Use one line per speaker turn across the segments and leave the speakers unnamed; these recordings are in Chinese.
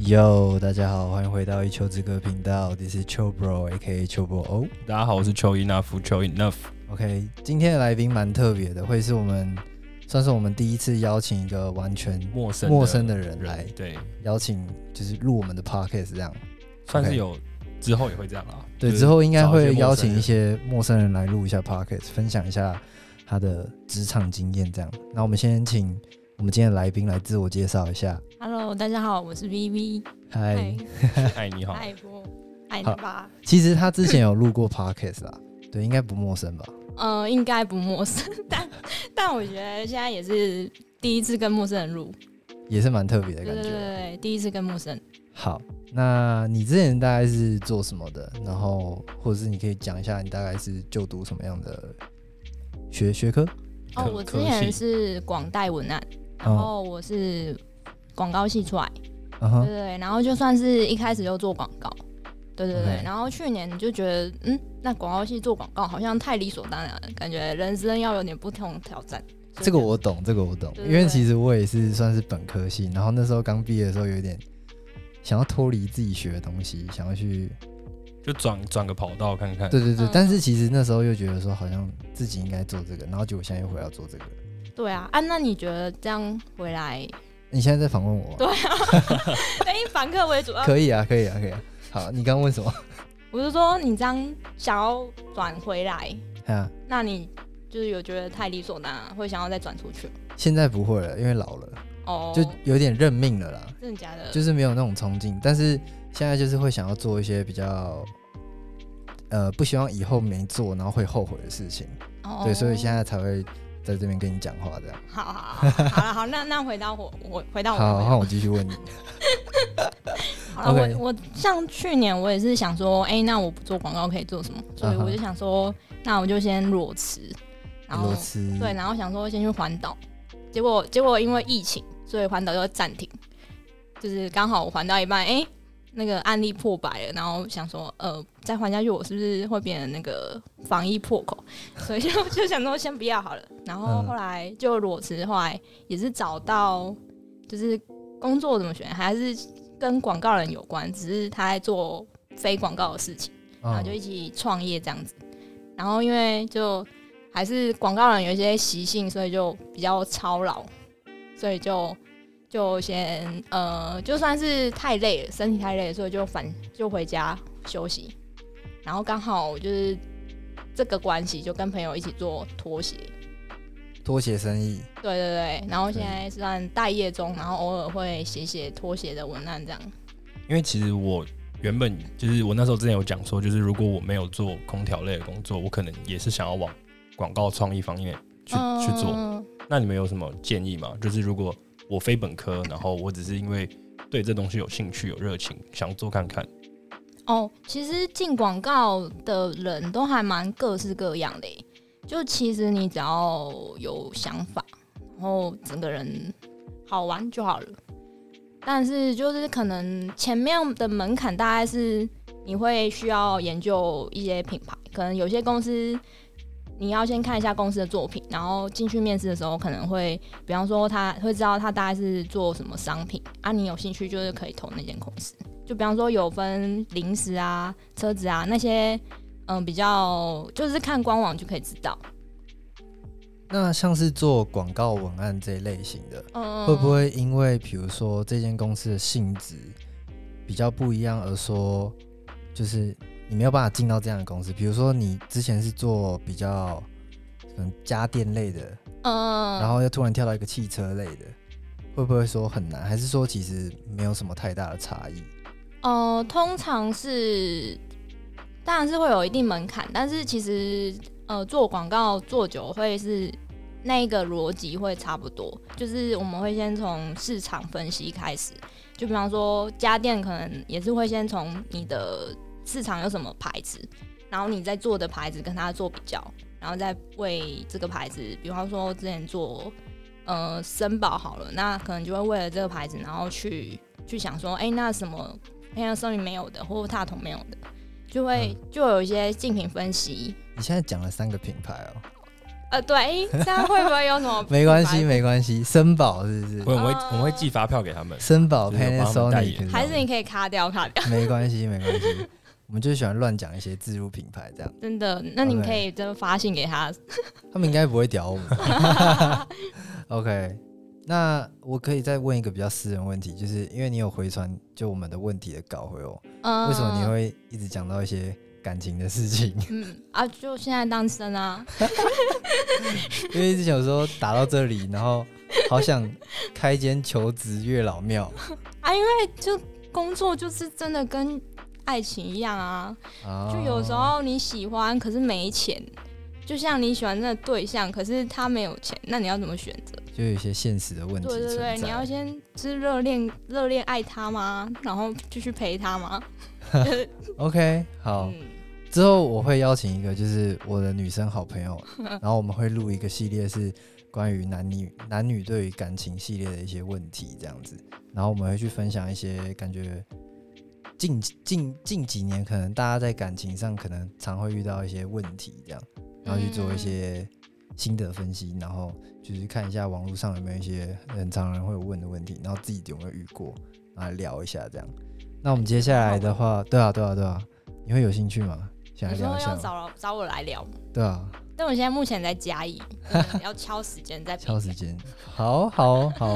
Yo，大家好，欢迎回到一丘之歌频道，This is 丘 Bro，A.K.A 丘 Bro。
大家好，我是邱一纳夫邱 enough。
OK，今天的来宾蛮特别的，会是我们算是我们第一次邀请一个完全
陌生
陌生的人来
对，
邀请，就是录我们的 Podcast 这样。
算是有之后也会这样啦。
对，
就是
之后应该会邀请一
找一些
些陌生人来录一下 Podcast，分享一下他的职场经验这样。那我们先请我们今天的来宾来自我介绍一下。
Hello，大家好，我是 VV。
嗨，
陌生人。哎，你 好，
嗨波，嗨你吧。
其实他之前有录过 Podcast 啦，对，应该不陌生吧？
嗯，应该不陌生， 但但我觉得现在也是第一次跟陌生人录，
也是蛮特别的
对
感
对
觉。
对对，第一次跟陌生人。
好，那你之前大概是做什么的？然后，或者是你可以讲一下你大概是就读什么样的学学科？
哦，
科
我之
科
前
系
是广代文案，然
嗯
后我是广告系出来，
嗯
对
哼，
对对，然后就算是一开始就做广告。对对对
OK，
然后去年就觉得，嗯，那广告系做广告好像太理所当然了，感觉人生要有点不同的挑战。所以
这个
就
我懂，这个我懂，
对
因
对
为
对
其实我也是算是本科系，然后那时候刚毕业的时候有点想要脱离自己学的东西，想要去，
就转转个跑道看看。
对对对，
嗯
但是其实那时候又觉得说好像自己应该做这个，然后结果现在又回来要做这个。
对啊，啊，那你觉得这样回来
你现在在访问我吗？
对啊， 等以反客为主啊！
可以啊，可以啊，可以啊。好，你刚刚问 什么？
我是说，你这样想要转回来，
啊，
那你就是有觉得太理所当然，会想要再转出去？
现在不会了，因为老了，
哦，
就有点认命了啦。
真的假的？
就是没有那种冲劲，但是现在就是会想要做一些比较，呃，不希望以后没做然后会后悔的事情，
哦
对，所以现在才会在这边跟你讲话这样。
好好好好了好，那那回到我我回到我
好，
回
那
到
我继续 问你，
好了
OK
我我像去年我也是想说，哎、那我不做广告可以做什么？所以
嗯哼
我就想说，那我就先裸辞，然后
罗斯，
对，然后想说先去环岛，结果结果因为疫情，所以环岛就暂停。就是刚好我环到一半，哎、那个案例破百了，然后想说，呃，再环下去我是不是会变成那个防疫破口？ 所以就就想说先不要好了。然后
嗯
后来就裸辞，后来也是找到就是工作怎么选，还是跟广告人有关，只是他在做非广告的事情。然后就一
嗯
起创业这样子。然后因为就还是广告人有一些习性，所以就比较操劳，所以就就先呃，就算是太累了，身体太累了，所以就反就回家休息。然后刚好就是这个关系，就跟朋友一起做拖鞋，
拖鞋生意，
对对对。然后
对
现在算待业中，然后偶尔会写写拖鞋的文案这样。
因为其实我原本就是我那时候之前有讲说，就是如果我没有做空调类的工作，我可能也是想要往广告创意方面去去做。
嗯
那你们有什么建议吗？就是如果我非本科，然后我只是因为对这东西有兴趣、有热情，想做看看。
哦，其实进广告的人都还蛮各式各样的耶，欸就其实你只要有想法，然后整个人好玩就好了。但是就是可能前面的门槛大概是你会需要研究一些品牌，可能有些公司你要先看一下公司的作品，然后进去面试的时候可能会，比方说他会知道他大概是做什么商品啊，你有兴趣就是可以投那间公司。就比方说有分零食啊、车子啊那些，嗯，比较就是看官网就可以知道。
那像是做广告文案这一类型的，
嗯，
会不？会因为比如说这间公司的性质比较不一样，而说就是你没有办法进到这样的公司？比如说你之前是做比较可能家电类的，
嗯，
然后又突然跳到一个汽车类的，会不会说很难？还是说其实没有什么太大的差异？
呃，通常是，当然是会有一定门槛，但是其实呃，做广告做久会是那一个逻辑会差不多，就是我们会先从市场分析开始，就比方说家电可能也是会先从你的市场有什么牌子，然后你在做的牌子跟它做比较，然后再为这个牌子，比方说之前做呃森宝好了，那可能就会为了这个牌子，然后去去想说，哎、那什么黑暗森林没有的，或大同没有
嗯
的，就会、就有一些竞品分析。
你现在讲了三个品牌哦，？
呃，对，这样会不会有什么
没关系，
白
没关系，森宝是不是？
我我会
啊
我会寄发票给他们。
森宝
就是我帮他们代
Panasonic，
言
还是你可以卡掉卡掉，
没关系，没关系，我们就喜欢乱讲一些自入品牌这样，
真的。那你可以真的发信给他，
他们应该不会 屌我们吧。OK，那我可以再问一个比较私人问题，就是因为你有回传就我们的问题的稿回我，
嗯，
为什么你？会一直讲到一些感情的事情？
嗯啊，就现在单身啊，
因为一直想说打到这里，然后好想开一间求职月老 庙
啊，因为就工作就是真的跟爱情一样啊，
啊，
就有时候你喜欢，可是没钱。就像你喜欢那个对象，可是他没有钱，那你要怎么选择？
就有一些现实的问题
对
存
对
在。
对，你要先是热恋热恋爱他吗？然后继续陪他吗？
OK 好，
嗯，
之后我会邀请一个就是我的女生好朋友， 然后我们会录一个系列是关于男女男女对于感情系列的一些问题这样子，然后我们会去分享一些感觉近近近几年可能大家在感情上可能常会遇到一些问题这样，然后去
嗯
做一些心得分析，然后就是看一下网络上有没有一些很常人会有问的问题，然后自己有没有遇过，然后来聊一下这样。那我们接下来的话，对啊对啊对啊，你会有兴趣吗？想来
你
聊
说
一
要
下吗？
找找我来聊吗，
对啊，
但我现在目前在 嘉义，嗯要敲时间再
敲时间，好好 好，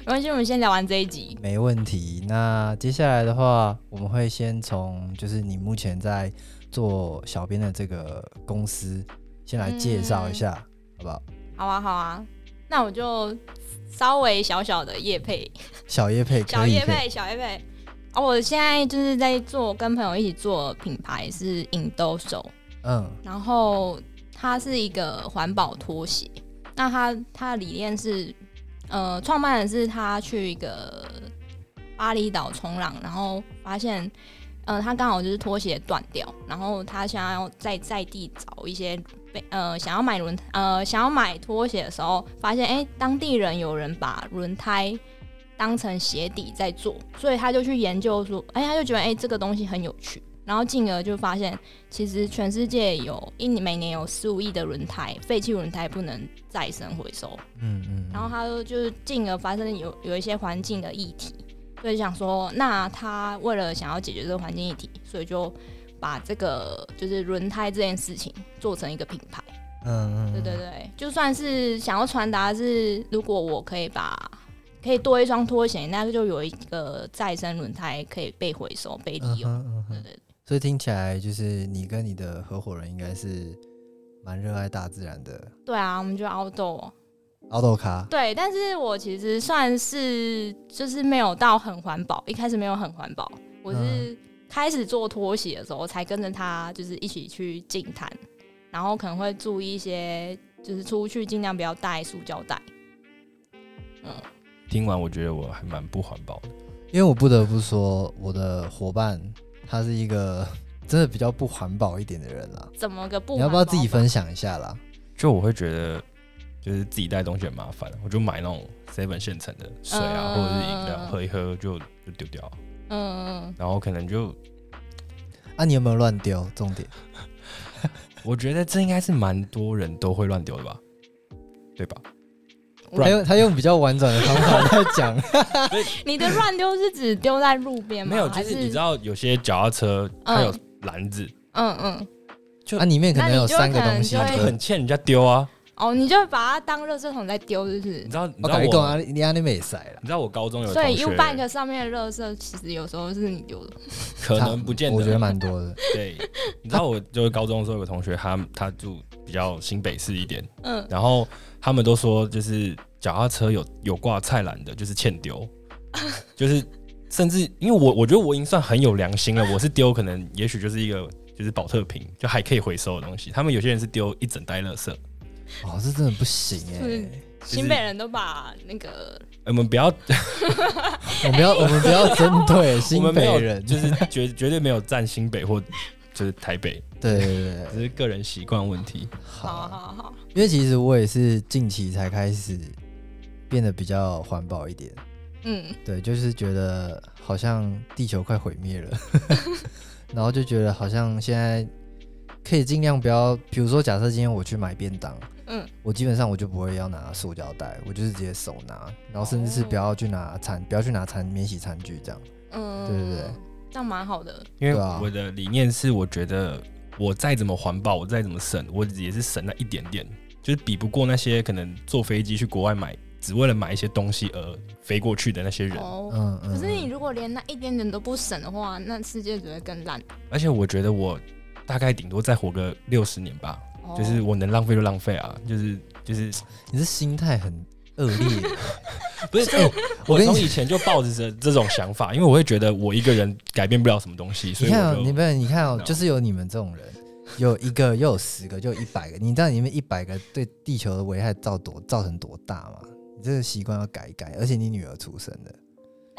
没关系，我们先聊完这一集。
没问题。那接下来的话，我们会先从就是你目前在做小编的这个公司，先来介
嗯
绍一下，好不好？
好啊，好啊，那我就稍微小小的夜配，
小叶配
小
可以，
夜
可以
配，小夜配。哦，我现在就是在做，跟朋友一起做品牌是影兜手，
嗯
然后它是一个环保拖鞋。那它它的理念是，呃，创办人是他去一个巴厘岛冲浪，然后发现，呃，他刚好就是拖鞋断掉，然后他想要在在地找一些被呃想要买轮呃想要买拖鞋的时候，发现哎、诶当地人有人把轮胎。当成鞋底在做，所以他就去研究说，哎、他就觉得哎、诶这个东西很有趣，然后进而就发现其实全世界有一每年有十五亿的轮胎，废弃轮胎不能再生回收，
嗯嗯，
然后他就就是进而发生有有一些环境的议题，所以想说，那他为了想要解决这个环境议题，所以就把这个就是轮胎这件事情做成一个品牌。
嗯嗯，
对对
对，
对，就算是想要传达是，如果我可以把可以多一双拖鞋，那就有一个再生轮胎可以被回收被
嗯
利用。
哼嗯
对
哼。
对对
所以听起来就是你跟你的合伙人应该是蛮热爱大自然的
对啊，我们就 outdoor。
奥豆卡，
对，但是我其实算是就是没有到很环保，一开始没有很环保，我是
嗯
开始做拖鞋的时候才跟着他就是一起去净滩，然后可能会注意一些，就是出去尽量不要带塑胶袋。嗯，
听完我觉得我还蛮不环保的，
因为我不得不说，我的伙伴他是一个 真的比较不环保一点的人啦。
怎么个不？
你要不要自己？分享一下啦？
就我会觉得就是自己带东西很麻烦，我就买那种 seven 现成的水啊，
嗯
或者是饮料喝一喝就就丢掉，
嗯，
然后可能就
啊，你有没有乱丢？重点，
我觉得这应该是蛮多人都会乱丢的吧，对吧？不
他
然
用他用比较婉转的方法在 讲，
你的乱丢是指丢在路边吗？
没有，就
还
是
是
你知，道有些脚踏车它有篮子，
嗯嗯，
啊，里面可能有三个
那
东
你
西。
就可
它
能
就很欠人家丢啊。
哦，你就把它当垃圾桶在丢，是不是
你？知道，你知
我
道
搞一共
我，
啊，你阿你没塞了，
你知道我高中有
所
同
以 U Bike
学，
上面的垃圾其实有时候是你丢的。
可能不见
我觉得
得。
蛮多的。
对，你知道我就是高中的时候有个同学，他他住比较新北市一点，
嗯，
然后他们都说就是脚踏车有有挂菜篮的，就是欠丢， 就是甚至因为我我觉得我已经算很有良心了，我是丢可能也许就是一个就是保特瓶，就还可以回收的东西。他们有些人是丢一整袋垃圾，
哦，这真的不行
是
哎！
新北人都把那个
我们不要，
我们要我们不要针对
我
新
们没有
北人，
就是绝绝对没有占新北或就是台北，
对对对，对
只是个人习惯问题。
好
好
啊。
好好，
因为其实我也是近期才开始变得比较环保一点，
嗯，
对，就是觉得好像地球快毁灭 了，然后就觉得好像现在可以尽量不要，比如说假设今天我去买便当，
嗯，
我基本上我就不会要拿塑胶袋，我就是直接手拿，然后甚
哦
至是不要去拿餐，不要去拿餐免洗餐具这样。
嗯，
对对对，
这样蛮好的。
因为
对啊
我的理念是，我觉得我再怎么环保，我再怎么省，我也是省那一点点，就是比不过那些可能坐飞机去国外买，只为了买一些东西而飞过去的那些人。
哦，
嗯嗯。
可是
嗯
你如果连那一点点都不省的话，那世界只会更烂。
而且我觉得我大概顶多再活个六十年吧，
哦
就是我能浪费就浪费啊，就是就是
你是心态很恶劣，
不是这。
哎我
我
跟你
从以前就抱着这这种想法，因为我会觉得我一个人改变不了什么东西，所
你
以
看、
我
哦，你
就
们你看、哦，
No
就是有你们这种人， 有一个又有十个，就一百个，你知道你们一百个对地球的危害造多造成多大吗？你这个习惯要改一改，而且你女儿出生的，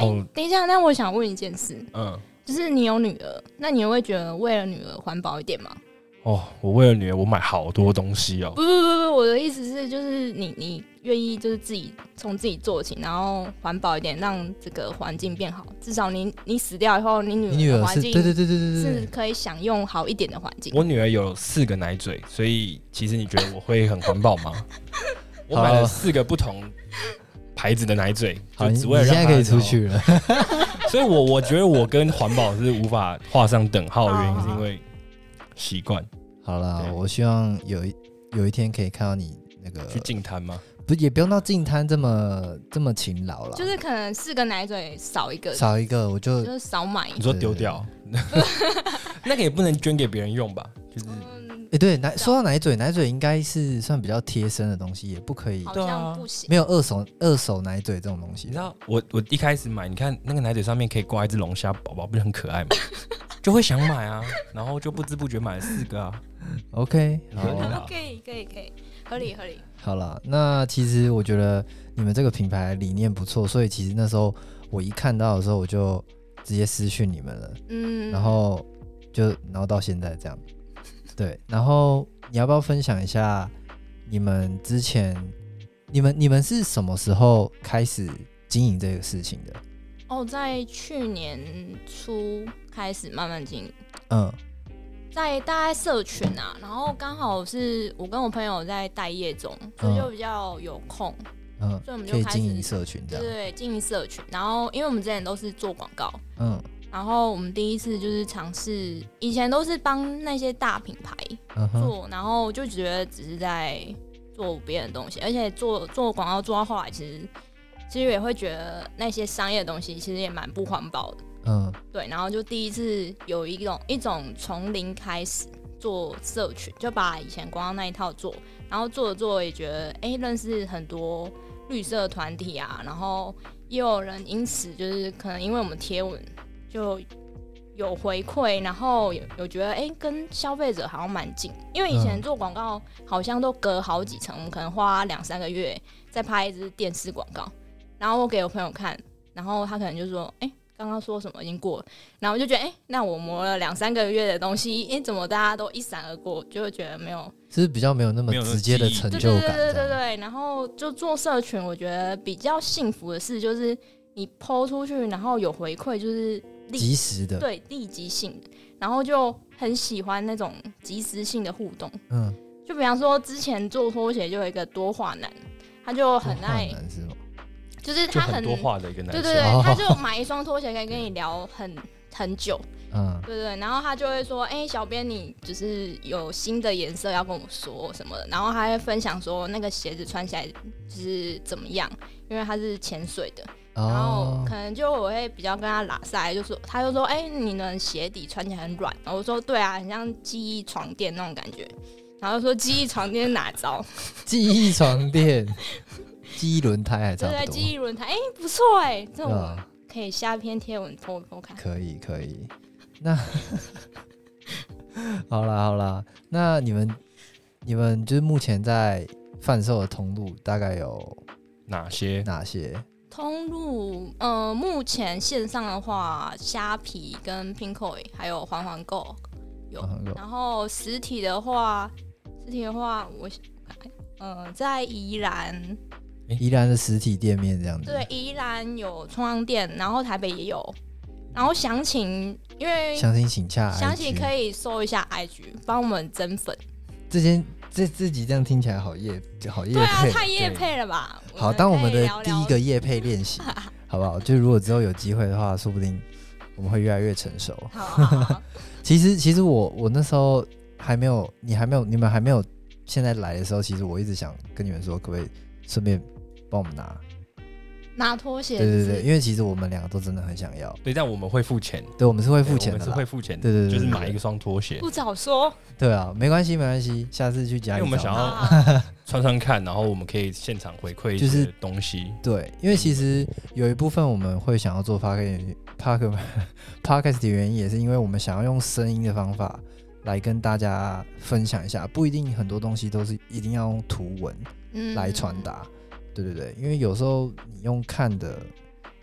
哦
等一下，那我想问一件事，
嗯
就是你有女儿，那你会觉得为了女儿环保一点吗？
哦，我为了女儿我买好多东西哦
不，不不不，我的意思是，就是你你愿意就是自己从自己做起，然后环保一点，让这个环境变好。至少你你死掉以后，你
你
女
女
儿的
儿
环
是
境
对对对对对对
是可以享用好一点的环境。
我女儿有四个奶嘴，所以其实你觉得我会很环保 吗？我
好
买了四个不同牌子的奶嘴，
好，
就
你
只为了
你现在
让她
可以
知道
出。去了。
所以我我觉得我跟环保是无法画上等号的原因，
好
是因为习惯
好啦，
对
我希望有一有一天可以看到你那个
去净滩吗？
不也不用到进摊这么这么勤劳了，
就是可能四个奶嘴少一个，
少一个我就
就是少买。
你说丢掉， 那个也不能捐给别人用吧？就是
嗯
哎、，对奶说到奶嘴，奶嘴应该是算比较贴身的东西，也不可以
好
对啊
像不行。
没有二手二手奶嘴这种东
你
西
知。道我我一开始买，你看那个奶嘴上面可以挂一只龙虾宝宝，不是很可爱吗？就会想买啊，然后就不知不觉买了四个啊。
OK，
你可以
好
啦，
哦可以可以可以，合理合理。
好了，那其实我觉得你们这个品牌理念不错，所以其实那时候我一看到的时候，我就直接私讯你们了，
嗯，
然后就然后到现在这样，对，然后你要不要分享一下你们之前，你们你们是什么时候开始经营这个事情的？
哦，在去年初开始慢慢经营。
嗯，
在大概社群啊，然后刚好是我跟我朋友在待业中，所以就比较有空，
嗯
所以我们，就
可以
开始
经营社群这
对
样，
对，经营社群。然后因为我们之前都是做广告，
嗯
然后我们第一次就是尝试，以前都是帮那些大品牌
嗯哼，
做，然后就觉得只是在做别人的东西，而且做做广告做到后来，其实其实也会觉得那些商业的东西其实也蛮不环保的。
嗯
对，然后就第一次有一种一种从零开始做社群，就把以前广告那一套做，然后做着做着也觉得，哎、认识很多绿色团体啊，然后也有人因此就是可能因为我们贴文就有回馈，然后有有觉得，哎、跟消费者好像蛮近，因为以前
嗯
做广告好像都隔好几层，我们可能花两三个月再拍一支电视广告，然后我给我朋友看，然后他可能就说，哎、刚刚说什么已经过了，然后我就觉得，哎、那我磨了两三个月的东西，哎、怎么大家都一闪而过？就会觉得没有，
是不是比较没有那么
没有那个
直接的
记忆
成
对
就
对对
感，
对对
这样
对。然后就做社群，我觉得比较幸福的事就是你抛出去，然后有回馈，就是
及时的，
对立即性的，然后就很喜欢那种即时性的互动。
嗯，
就比方说之前做拖鞋就有一个多话男，他就哦很
多患，
爱
哦难是吗？
就是
就
他
很
很
多话的一个啊男
对
生。
对
哦
对，他就买一双拖鞋可以跟你聊很很久。
嗯
对对，然后他就会说：“哎、小编，你就是有新的颜色要跟我说什么的。”然后他会分享说那个鞋子穿起来就是怎么样，因为它是潜水的。然后
哦
可，能就我会比较跟他拉塞，就说他就说：“哎、你的鞋底穿起来很软。”然后我说：“对啊，很像记忆床垫那种感觉。”然后就说记忆床垫哪招？
记忆床垫、 记忆轮胎还 差
对对，
不
记
多，
忆轮胎，哎、不错哎、这种
啊，
可以下篇贴文 po 一 po 看。
可以可以。那 好啦好啦，那你们你们就是目前在贩售的通路大概有
哪些？
哪些？
通路，呃，目前线上的话，虾皮跟 Pinkoi 还有环环购有，
环环购
然后实体的话，实体的话，我想呃，在宜兰，
宜兰的实体店面这样子。
对，，宜兰有冲浪店，然后台北也有，然后详情因为
详情请洽 IG。
详情可以搜一下 IG，帮我们增粉，
这间这自己这样听起来好业好业
对啊，
配。
太夜配了吧？
好，
们
当我们
可
的
以聊
第一
聊
个业配练 习，好不好？就如果之后有机会的话，说不定我们会越来越成熟。
好好好 好
其实，其实我我那时候还没有，你还没有，你们还没有现在来的时候，其实我一直想跟你们说，可不可以顺便帮我们拿？
拿拖鞋
对
是
对
不是
对，因为其实我们两个都真的很想要，
对，但我们会付钱，
对我们是会付
对我
钱
们
的
是
啦，
会付钱的，
对对对对
就是
对
买一双拖鞋，
不早说，
对啊，没关系没关系，下次去
因
家里
为我们
找
想
拿
要
啊
穿穿看，然后我们可以现场回馈一
就是
些东西。
对，因为其实有一部分我们会想要做 podcast podcast podcast 的原因，也是因为我们想要用声音的方法来跟大家分享一下，不一定很多东西都是一定要用图文
嗯
来传。达。对对对，因为有时候你用看的，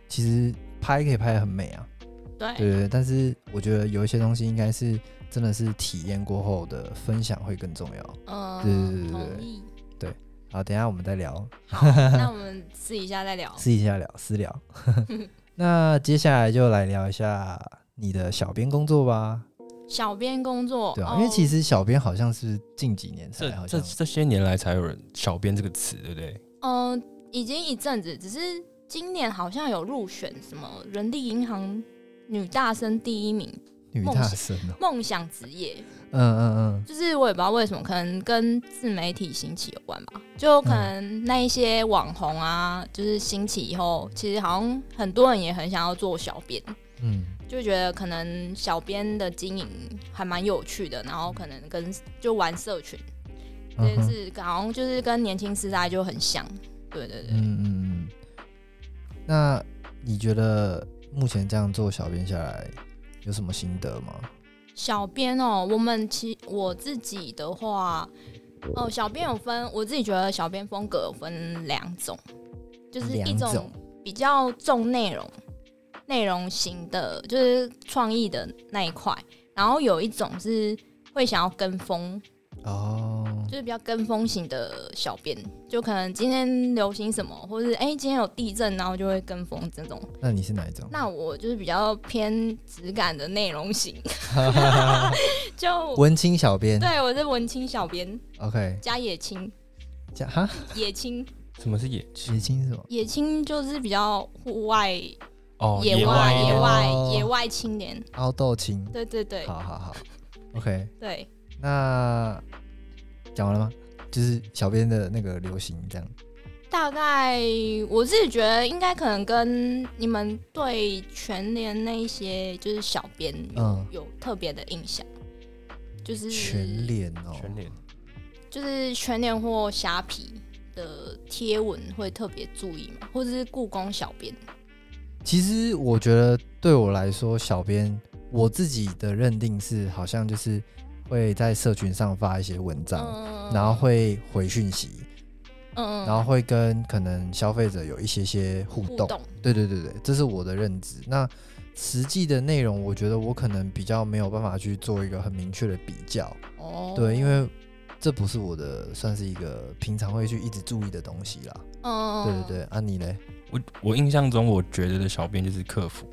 其实拍可以拍的很美啊，对
对，
对对。但是我觉得有一些东西应该是真的是体验过后的分享会更重要。
嗯，
对对对对
同意。
好，等一下我们再聊。
那我们私底 下再聊。
私底下聊，私聊。 那接下来就来聊一下你的小编工作吧，
小编工作，
对吧、啊
哦
因为其实小编好像是近几年才
这
啊好
这
像，
这些年来才有人“小编”这个词，对不对？
嗯，已经一阵子，只是今年好像有入选什么人力银行女大生第一名，
女大生哦、
梦想职业。
嗯嗯嗯，
就是我也不知道为什么，可能跟自媒体兴起有关吧。就
嗯
可能那一些网红啊，就是兴起以后，其实好像很多人也很想要做小编，
嗯
就觉得可能小编的经营还蛮有趣的，然后可能跟就玩社群这
嗯
件
哼
事，好像就是跟年轻时代就很像。对对对，
嗯嗯嗯。那你觉得目前这样做小编下来有什么心得吗？
小编哦，我们其我自己的话，哦，小编有分，我自己觉得小编风格有分两种，就是一
啊两种
种比较重内容、内容型的，就是创意的那一块，然后有一种是会想要跟风，
哦，
就是比较跟风型的小编，就可能今天流行什么，或是哎、今天有地震，然后就会跟风这种。
那你是哪一种？
那我就是比较偏质感的内 容型，就
文青小编
对，我是文青小编
，OK，
加野青，
这样 哈，
野青
什么是野鸡？
文青是什么？
野青就是比较户外、
哦，
野
外
外、野
哦
外、野外青年。
凹豆青，
对对对
好好好，OK。
对，
那讲完了吗？就是小编的那个流行这样。
大概我自己觉得应该可能跟你们对全联那一些就是小编有、
嗯
有特别的印象，就是
全脸哦，
嗯
全脸
就是全联或虾皮的贴文会特别注意嘛，或者是故宫小编。
其实我觉得对我来说，小编我自己的认定是，好像就是会在社群上发一些文章，
嗯
然后，会回讯息，
嗯
然后会跟可能消费者有一些些互
互
动。
动，
对对对对，这是我的认知。那实际的内容，我觉得我可能比较没有办法去做一个很明确的比较。
哦，
对，因为这不是我的，算是一个平常会去一直注意的东西啦。
嗯，
对对对，啊你嘞？
我我印象中，我觉得的小编就是客服，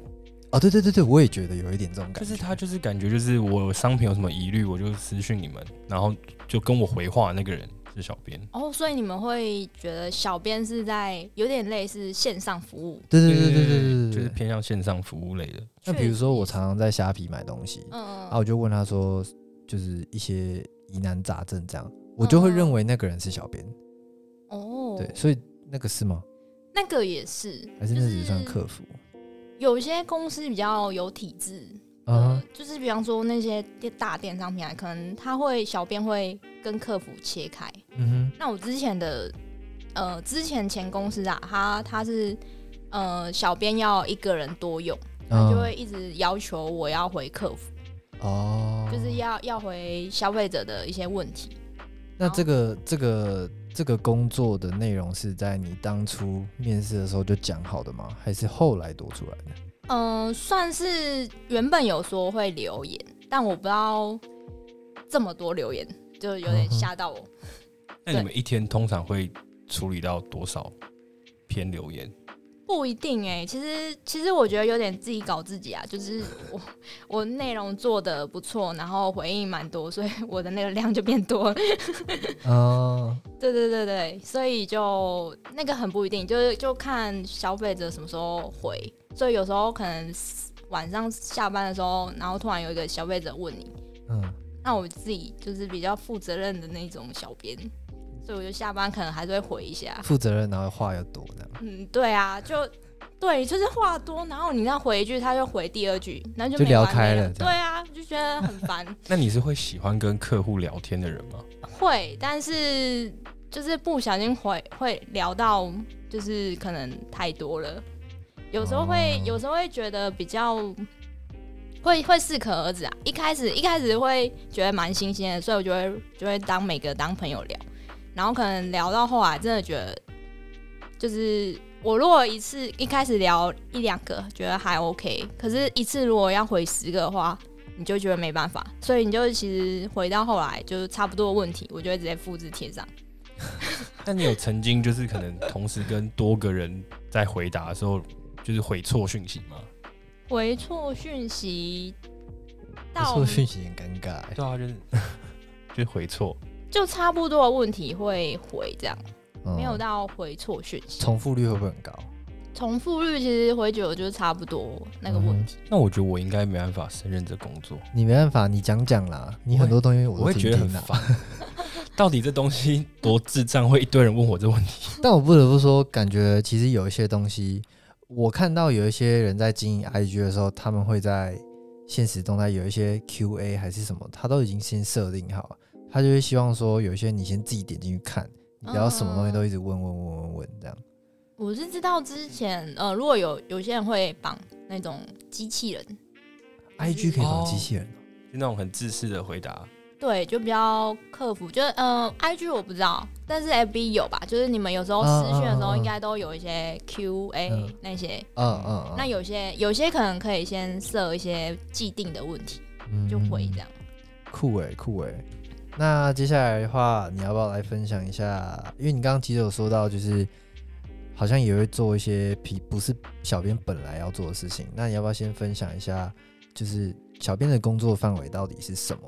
哦，对对对对，我也觉得有一点这种感觉。
就是他就是感觉就是我商品有什么疑虑，我就私讯你们，然后就跟我回话的那个人是小编。
哦，所以你们会觉得小编是在有点类似线上服务，
对对对对对对
就
对对。
是偏向线上服务类的。
那比如说我常常在虾皮买东西，
嗯，
啊，我就问他说，就是一些疑难杂症这样，我就会认为那个人是小编。
哦，
对，，所以那个是吗？
那个也是，
还是那只算客服？
有些公司比较有体制，
啊
呃，就是比方说那些电大电商平台，可能他会小编会跟客服切开。
嗯
那我之前的呃，之前前公司啊，他他是呃，小编要一个人多用，
哼，
他就
嗯
会一直要求我要回客服，
哦，
就是要要回消费者的一些问题。
那这个这个这个工作的内容是在你当初面试的时候就讲好的吗？还是后来多出来的？
嗯、算是原本有说会留言，但我不知道这么多留言，就有点吓到我。
那你们一天通常会处理到多少篇留言？
不一定哎、其实其实我觉得有点自己搞自己啊，就是我我内容做的不错，然后回应蛮多，所以我的那个量就变多了。
哦，
对对对对，所以就那个很不一定，就是就看消费者什么时候回，所以有时候可能晚上下班的时候，然后突然有一个消费者问你，
嗯，
那我自己就是比较负责任的那种小编，所以我就下班可能还是会回一下。
负责任，然后话又多，这样
嗯，对啊，就对，就是话多，然后你要回一句，他就回第二句，然后就
就
没
聊
完没
开
了
了这
对
样
啊，就觉得很烦。
那你是会喜欢跟客户聊天的人吗？
会，但是就是不小心会会聊到，就是可能太多了，有时候会、
哦
有时候会觉得比较会会适可而止啊。一开始一开始会觉得蛮新鲜的，所以我就会就会当每个当朋友聊，然后可能聊到后来真的觉得，就是我如果一次一开始聊一两个觉得还 OK，可是一次如果要回十个的话，你就觉得没办法，所以你就其实回到后来就是差不多的问题，我就会直接复制贴上。
那你有曾经就是可能同时跟多个人在回答的时候，就是回错讯息吗？
回错讯息到
错讯息很尴尬欸。
对啊，就是 就是回错。
就差不多的问题会回这样，
嗯
没有到回错讯息。
重复率会不会很高？
重复率其实回久了就是差不多那个问题。
那我觉得我应该没办法胜任这工作，
嗯你没办法，你讲讲啦，你很多东西我
我
都
会啊觉
听
得很
听啦。
烦。 到底这东西多智障，会一堆人问我这问题？
但我不得不说，感觉其实有一些东西，我看到有一些人在经营 IG 的时候，他们会在现实动态有一些 QA 还是什么，他都已经先设定好了，他就会希望说有一些你先自己点进去看，你不要什么东西
嗯
都一直问问问问问这样。
我是知道之前呃，如果有有些人会绑那种机器人，
IG 可以绑机器人哦，
就那种很自私的回答。
对，就比较克服。就是呃，IG 我不知道，但是 FB 有吧？就是你们有时候私讯的时
嗯嗯嗯
候，
嗯
应该都有一些 QA、
嗯
那些。
嗯嗯，
哦那有些有些可能可以先设一些既定的问题，
有
就回这样。
酷诶、酷诶、那接下来的话，你要不要来分享一下？因为你刚刚其实有说到，就是好像也会做一些皮不是小编本来要做的事情。那你要不要先分享一下，就是小编的工作范围到底是什么？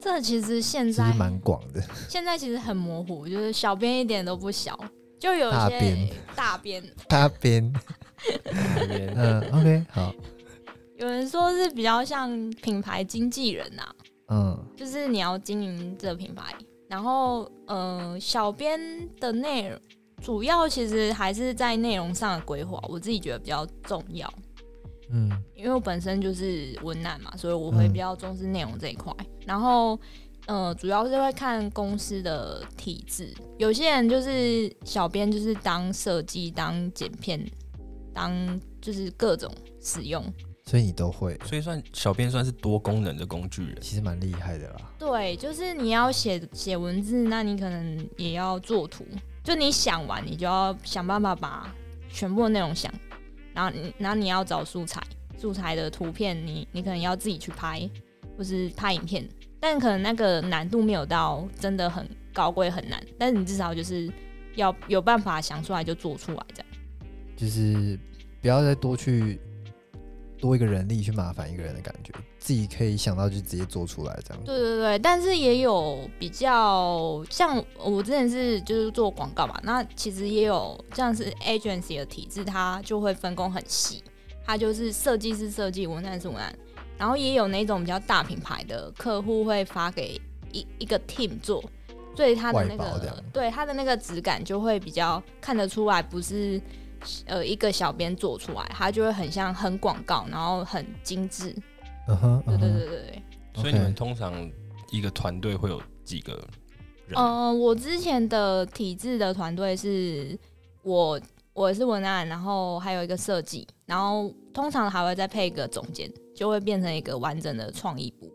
这其实现
其
在
实蛮广的，
现在其实很模糊，就是小编一点都不小，就有
大
一些
编
大编，
大编，
那边
嗯，OK，好，
有人说是比较像品牌经纪人啊，
嗯
就是你要经营这个品牌，然后呃，小编的内容主要其实还是在内容上的规划，我自己觉得比较重要，
嗯
因为我本身就是文案嘛，所以我会
嗯
比较重视内容这一块。然后，呃，主要是会看公司的体制，有些人就是小编，就是当设计、当剪片、当就是各种使用。
所以你都会，
所以算小编算是多功能的工具人。
其实蛮厉害的啦。
对，就是你要写写文字，那你可能也要做图。就你想完，你就要想办法把全部的内容想，然后你然后你要找素材，素材的图片你你可能要自己去拍，或是拍影片，但可能那个难度没有到真的很高贵很难，但是你至少就是要有办法想出来就做出来这样。
就是不要再多去多一个人力去麻烦一个人的感觉，自己可以想到就直接做出来这样。
对对对，但是也有比较像我之前是就是做广告嘛，那其实也有像是 agency 的体制，它就会分工很细，它就是设计是设计，文案是文案，然后也有那种比较大品牌的客户会发给一一个 team 做，所以它的
外
那
包这样
个对它的那个质感就会比较看得出来，不是呃一个小编做出来，它就会很像很广告，然后很精致。
嗯哼，
对
嗯
对
哼
对对对。
所以
OK
你们通常一个团队会有几个人？
呃，我之前的体制的团队是我我是文案，然后还有一个设计，然后通常还会再配一个总监，就会变成一个完整的创意部。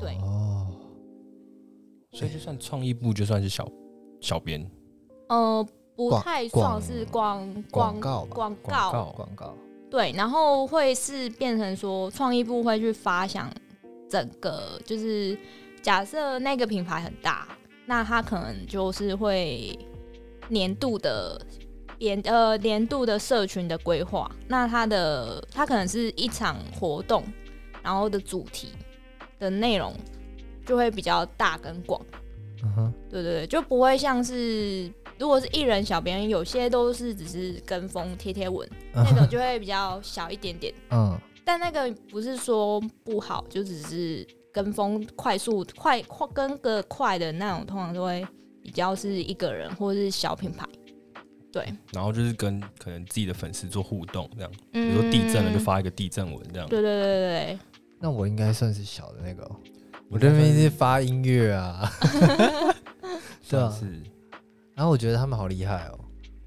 对
哦，
所以就算创意部，就算是小小编
呃，不
广
太
广
算是广
广告吧
广
广
告
告。
告，
对，然后会是变成说创意部会去发想整个，就是假设那个品牌很大，那它可能就是会年度的年呃年度的社群的规划，那它的它可能是一场活动，然后的主题的内容就会比较大跟广，
嗯哼，
对对对，就不会像是如果是艺人小编，有些都是只是跟风贴贴文，
嗯
那种
哼
就会比较小一点点。
嗯
但那个不是说不好，就只是跟风快速快快跟个快的那种，通常都会比较是一个人或是小品牌。
然后就是跟可能自己的粉丝做互动这样，比
嗯
如说地震了就。发一个地震文这样。
对对对对
那我应该算是小的那个哦、我
应
这
该算
边
是
是发音乐 啊，对啊
算是
然后我觉得他们好厉害哦，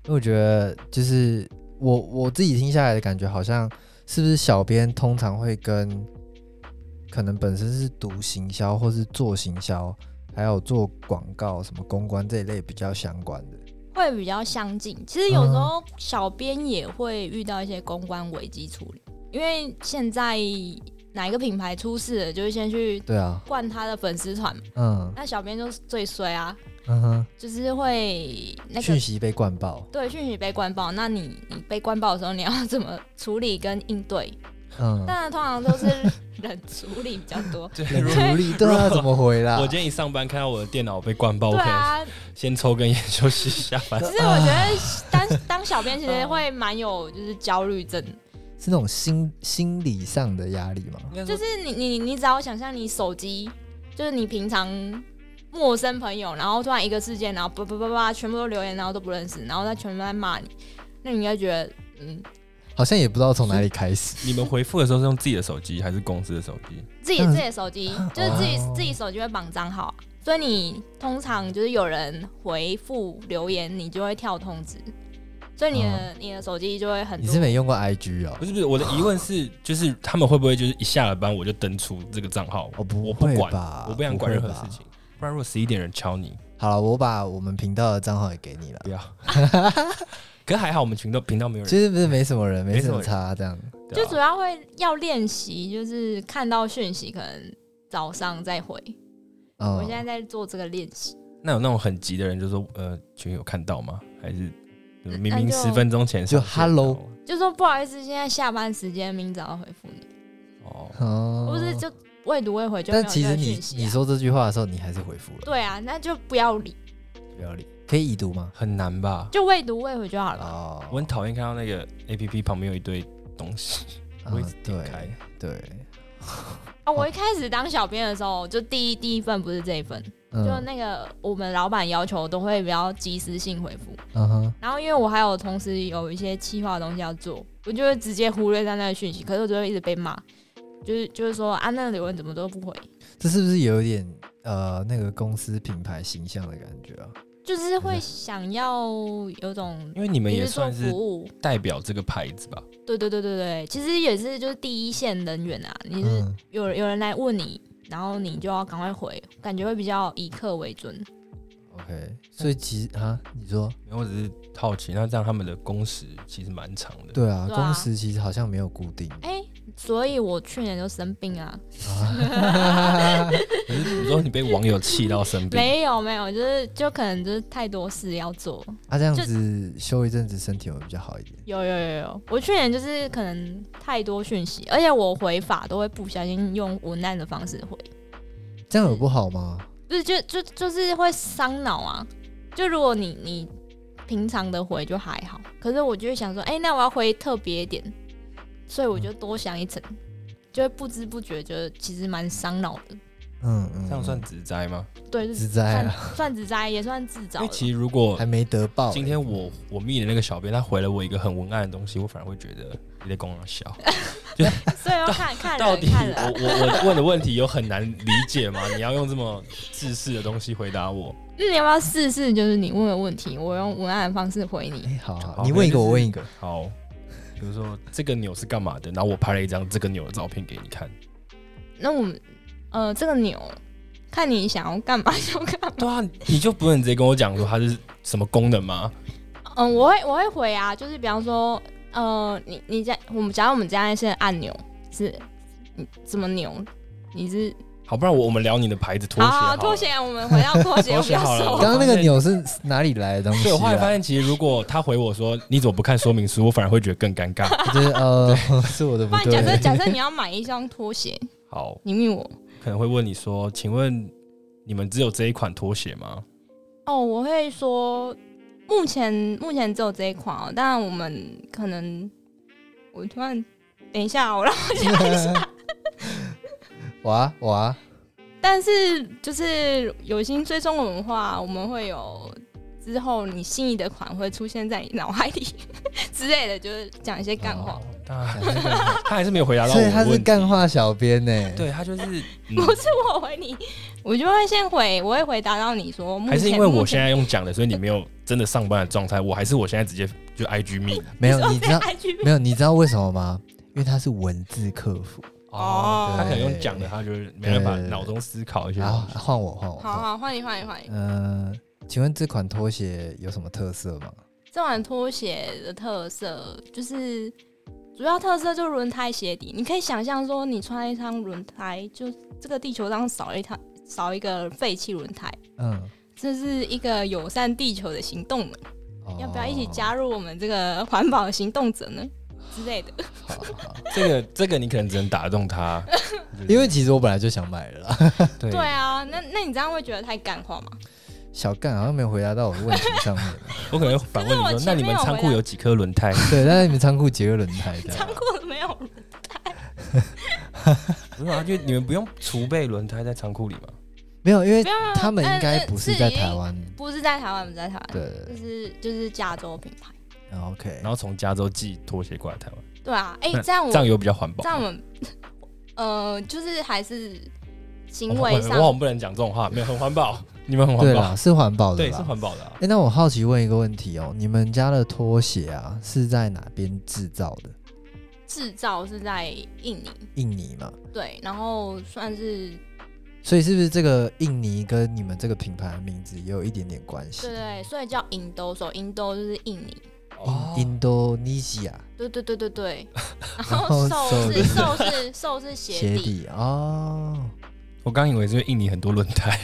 因为我觉得就是我我自己听下来的感觉，好像是不是小编通常会跟可能本身是读行销或是做行销，还有做广告什么公关这一类比较相关的，
对，会比较相近。其实有时候小编也会遇到一些公关危机处理，因为现在哪一个品牌出事了，就会先去
对啊，
灌他的粉丝团嘛，
嗯
那小编就是最衰啊，
嗯哼，
就是会那个
讯息被灌爆，
对，讯息被灌爆，那你你被灌爆的时候，你要怎么处理跟应对？
嗯，
当然，通常都是冷处理比较多。
对。
冷
如
处理，对 啊，怎么回啦？
我今天一上班看到我的电脑被灌爆，我
对
可能
啊，
先抽根烟休息一下。反
啊
正
其实我觉得当当小编其实会蛮有就是焦虑症，
是那种心心理上的压力嘛，
应该说
就是你你你只要想象你手机，就是你平常陌生朋友，然后突然一个事件，然后叭叭叭叭全部都留言，然后都不认识，然后他全部在骂你，那你应该觉得嗯
好像也不知道从哪里开始。
你们回复的时候是用自己的手机还是公司的手机？
自己
当然
自
是
己的 手机，就是自己、
嗯哦
自己手机会绑账号啊，所以你通常就是有人回复留言，你就会跳通知，所以你的、你的手机就会很
嗯你
多
是。没用过 IG 哦
不？是不是，我的疑问是，就是他们会不会就是一下了班我就登出这个账号？
哦，
我
不
不
会
管，
吧？
我不想管
会
任何
吧
事情。不然如果十一点人敲你，
好了，我把我们频道的账号也给你了。
不 要。可是还好我们群道频道没有人，
其实不是没什么人，没
没什
什么
么人
差这样。
对
就
啊
主要会要练习，就是看到讯息可能早上再回。我现在
嗯，
在做这个练习，
那有那种很急的人，就说呃群有看到吗？还是呃明
那
明
就
十分钟前
就
上线
hello
然后
就说不好意思，现在下班时间，明早要回复你，
哦，
哦
或是就未读未回就没有
但
这
其实
个
你
讯息、
你
啊。
说这句话的时候，你还是回复了，
对啊，那就不要理，
不要理。可以已读吗？
很难吧？
就未读未回就好了。
哦，
我很讨厌看到那个 A P P 旁边有一堆东西，
嗯
我一直点开
对对，
哦，我一开始当小编的时候，就第一第一份不是这一份，就
嗯
那个我们老板要求都会比较及时性回复，
嗯哼，
然后因为我还有同时有一些企划的东西要做，我就会直接忽略掉那个讯息，可是我就会一直被骂，就是就是说啊，那个留言怎么都不回，
这是不是有一点呃那个公司品牌形象的感觉啊？
就是会想要有种
因为你们
你
也
是做
算
服
是
务，
代表这个牌子吧？
对对对对对，其实也是就是第一线人员啊，你是
嗯，
有人有人来问你，然后你就要赶快回，感觉会比较以客为尊。
OK，所以其实啊，你说
没有我只是好奇，那这样他们的工时其实蛮长的。
对啊，
对啊
工时其实好像没有固定
哎、所以我去年就生病啊，
啊，
可是你说你被网友气到生病，
没有没有，就是就可能就是太多事要做。
啊这样
就
子休一阵子身体会比较好一点。
有有有有，我去年就是可能太多讯息，而且我回法都会不小心用文案的方式回，
这样有不好吗？
不是就就就是会伤脑啊。就如果你你平常的回就还好，可是我就会想说，哎、那我要回特别一点，所以我就多想一层，就会不知不觉觉得其实蛮伤脑的。
嗯嗯，
这样算
嗯
职灾吗？
对，就
自
是
在
算
啊，
算自灾也算自
因
找
为
了。
其实如果
还没得报欸。
今天我我密的那个小编他回了我一个很文案的东西，我反而会觉得有点公然笑。
所以要看看
到
人
底
看人。
我我我问的问题有很难理解吗？你要用这么自私的东西回答我？
那你要不要试试？就是你问的问题，我用文案的方式回你。
哎，好好，
好
你问一个，
那就是
我问一个。
好，比如说这个钮是干嘛的，然后我拍了一张这个钮的照片给你看。
那我们呃，这个牛，看你想要干嘛就干嘛。
对啊，你就不能直接跟我讲说它是什么功能吗？
嗯，我会我会回啊，就是比方说，呃，你你家我们假如我们家现在按钮是，嗯，什么牛？你是
好，不然我我们聊你的牌子拖鞋好
好，
了。
拖鞋，我们回到拖 鞋，
拖
我
鞋
比较
好了
刚
熟。
刚那个钮是哪里来的东西、
对，
啊？
我后来发现，其实如果他回我说你怎么不看说明书，我反而会觉得更尴尬。
就是呃，是我的不
不然假设
对。
假设你要买一双拖鞋，
好，
你问我，
可能会问你说，请问你们只有这一款拖鞋吗？
哦，我会说目前目前只有这一款哦，但我们可能我突然等一下哦，我让我想一下。
哇哇，
但是就是有心追踪我们的话，我们会有之后你心仪的款会出现在你脑海里 之类的，就是讲一些干话。
哦，他他还是没有回答到我
所
的
以
问题。
他是干话小编呢、
对他就是，嗯
不是我回你，我就会先回，我会回答到你说，目
还是
前
因为我
目
现
前
在用讲的，所以你没有真的上班的状态。我还是我现在直接就 IG me
没有，你
你
知道
说在 IG
没有？你知道为什么吗？因为他是文字客服。
哦
他可能用
对
讲的，他就是没办法
对
脑中思考一些
然后
东西。
啊换我换我，
啊好
换我
好换你换你换你。
嗯、请问这款拖鞋有什么特色吗？
这款拖鞋的特色就是主要特色就是轮胎鞋底，你可以想象说你穿一双轮胎，就这个地球上少了一台少一个废弃轮胎。
嗯，
这是一个友善地球的行动们，
哦
要不要一起？加入我们这个环保行动者 呢？之类的，
好好
这个这个你可能只能打动他，就是
因为其实我本来就想买了 啦。
对
对啊，那那你这样会觉得太干话吗？
小干好像没有回答到我的问题上面。
我可能会反问你
可是
说，
我前
那你们
面有
仓库
回答
有几颗轮胎？
对，但是你们仓库结个轮胎这样
仓库没有人，
不是啊，就你们不用储备轮胎在仓库里吗？
没有，因为
没有没有
他们应
呃
该
呃
不是
是
在
已经
台湾。
不是在台湾，不是在台湾，
对
就
对
是就是加州品牌，
对，OK
然。后从加州寄拖鞋过来台湾，
对啊，哎、
那
这样我
这样有比较环保哦
这。样我们， 呃，就是还是
我
行
我
为
我我
上，
们不能讲这种话，没有很环保，你们很
对
环
啦，
保，
是环保的
对，是
啦。
环保的啊。
哎、那我好奇问一个问题哦，你们家的拖鞋啊是在哪边制造的？
制造是在印尼，
印尼嘛，
对，然后算是
所以是不是这个印尼跟你们这个品牌的名字也有一点点关系
对？啊对，所以叫 Indo，so，Indo 就是印尼。
哦
印印度尼西亚
对对对对对， 然
后
后瘦是瘦是瘦是
鞋
鞋底，
底哦，
我刚以为是因为印尼很多轮胎，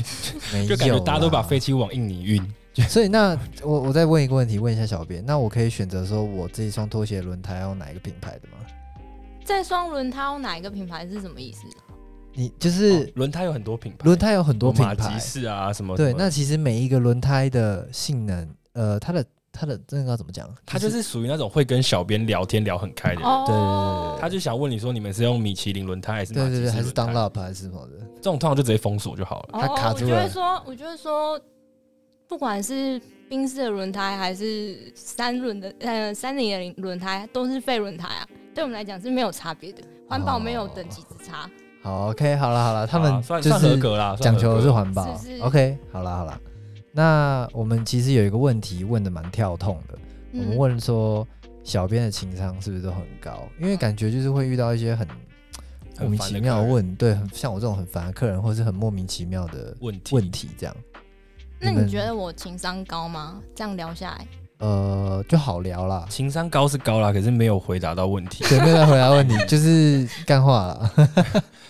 没有，
就感觉大家都把废。弃物往印尼运。
所以那我我再问一个问题，问一下小编，那我可以选择说我这一双拖鞋轮胎要用哪一个品牌的吗？
这双轮胎用哪一个品牌是什么意思？
你就是
哦轮胎有很多品牌，
轮胎有很
很
多品
马
牌
吉，士啊什么什么。
对，那其实每一个轮胎的性能，呃，它的它的这个要怎么讲？
他就是属于那种会跟小编聊天聊很开的人。
哦，
他就想问你说，你们是用米其林轮胎还是马
对
吉
对对，
士
还是
轮胎
Dunlop 还是什么的？
这种通常就直接封锁就好了。
他卡住了
哦、我就会说，我就会说，不管是宾士的轮胎还是三轮的呃三菱的轮胎，都是废轮胎啊，对我们来讲是没有差别的，环保没有等级之差，
好，OK，好了好了，他们
啊算
就
算合
是
格啦，算
讲
合
求
格
的是环保。
是不是
OK，好了好了，那我们其实有一个问题问的蛮跳痛的，
嗯
我们问说小编的情商是不是都很高？因为感觉就是会遇到一些很莫
很
名
烦
其
的
妙
客
的
人
问，对，很像我这种很烦的客人，或是很莫名其妙的
问题
问题这样。
那
你们
你觉得我情商高吗？这样聊下来，
呃，就好聊啦。。
情商高是高啦，可是没有回答到问题
对，没有再回答问 题，就是干话啦。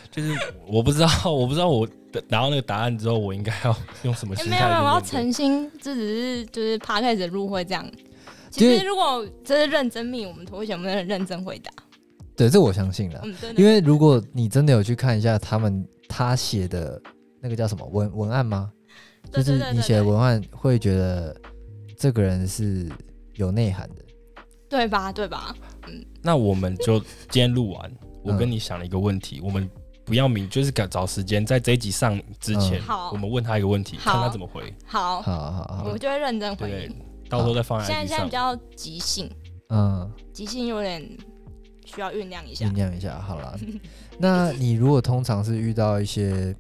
就是我不知道，我不知道我拿到那个答案之后，我应该要用什么
哎、
心
没
态去面
有没
对？
有，我要澄清，这只是就是趴开始入会这样。
因
其
为
实如果真的认真命，我们同学们能认真回答。
对，这我相信啦。
嗯，对对
因为如果你真的有去看一下他们他写的那个叫什么文文案吗？就
对对
是
对
你
对
写的
对
文案会觉得这个人是有内涵的。
对吧？对吧？
那我们就今天录完，我跟你想了一个问题，我们不要明，就是赶找时间，在这一集上之前
嗯，好
我们问他一个问题，
好哎
看他怎么回，
好，
好好好
哦我，就会认真
对
回
不对
应。？
到时候再放
现
在
在
IG
现在
上。
比较即兴，
嗯，
即兴有点需要酝酿一下
酝。酿一下，好 啦。那你如果通常是遇到一些，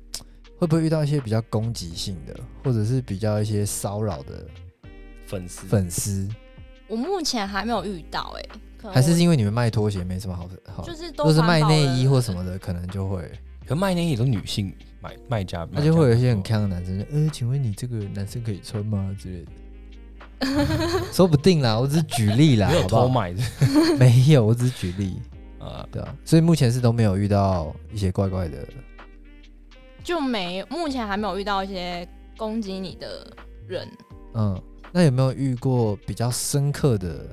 会不会遇到一些比较攻击性的，或者是比较一些骚扰的
粉丝
粉丝？
我目前还没有遇到哎、可能
还是
我
因为你们卖拖鞋没什么好好？
就是
如
都
果是卖
环保
内衣
了
或什么的，可能就会，
可卖内衣都女性买卖家，嗯
那就会有一些很
看。
看的男生就，呃，请问你这个男生可以穿吗之类的。 说不定啦，我只是举例啦，
没有
好不
偷
好？
买的，
没有，我只是举例，
呃，
对啊。所以目前是都没有遇到一些怪怪的
就没目前还没有遇到一些攻击你的人。
嗯，那有没有遇过比较深刻的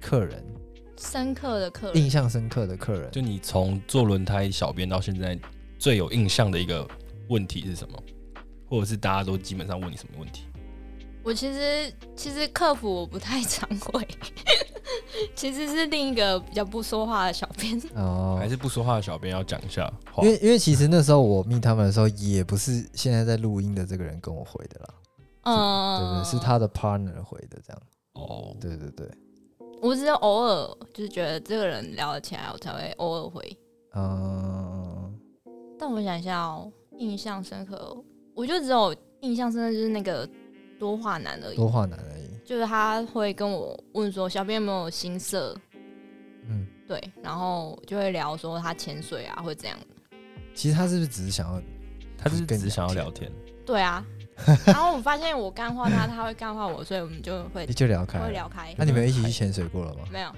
客人，
深刻的客人
印，象深刻的客人？
就你从做轮胎小编到现在，最有印象的一个问题是什么？或者是大家都基本上问你什么问题？
我其实其实客服我不太常会， 其实是另一个比较不说话的小编。
哦
还，是不说话的小编要讲一下话
因？为因为其实那时候我密他们的时候，也不是现在在录音的这个人跟我回的啦，
嗯，
对对，是。他的 partner 回的这样，
哦，
对对对，
嗯我只是偶尔就是觉得这个人聊得起来，我才会偶尔回。
嗯，
但我想一下哦，印象深刻，哦我就只有印象深刻就是那个多话男而已，
多话难而已，
就是他会跟我问说小编有没有新色，
嗯，
对，然后就会聊说他潜水啊，或者怎样。
其实他是不是只是想要，
他就是
跟
只
你
是想要
聊
聊天，
对啊，然后我发现我干话他，他会干话我，所以我们就会
你就聊开
会
了？
哦聊开。
那、你们有一起去潜水过了吗？
没有，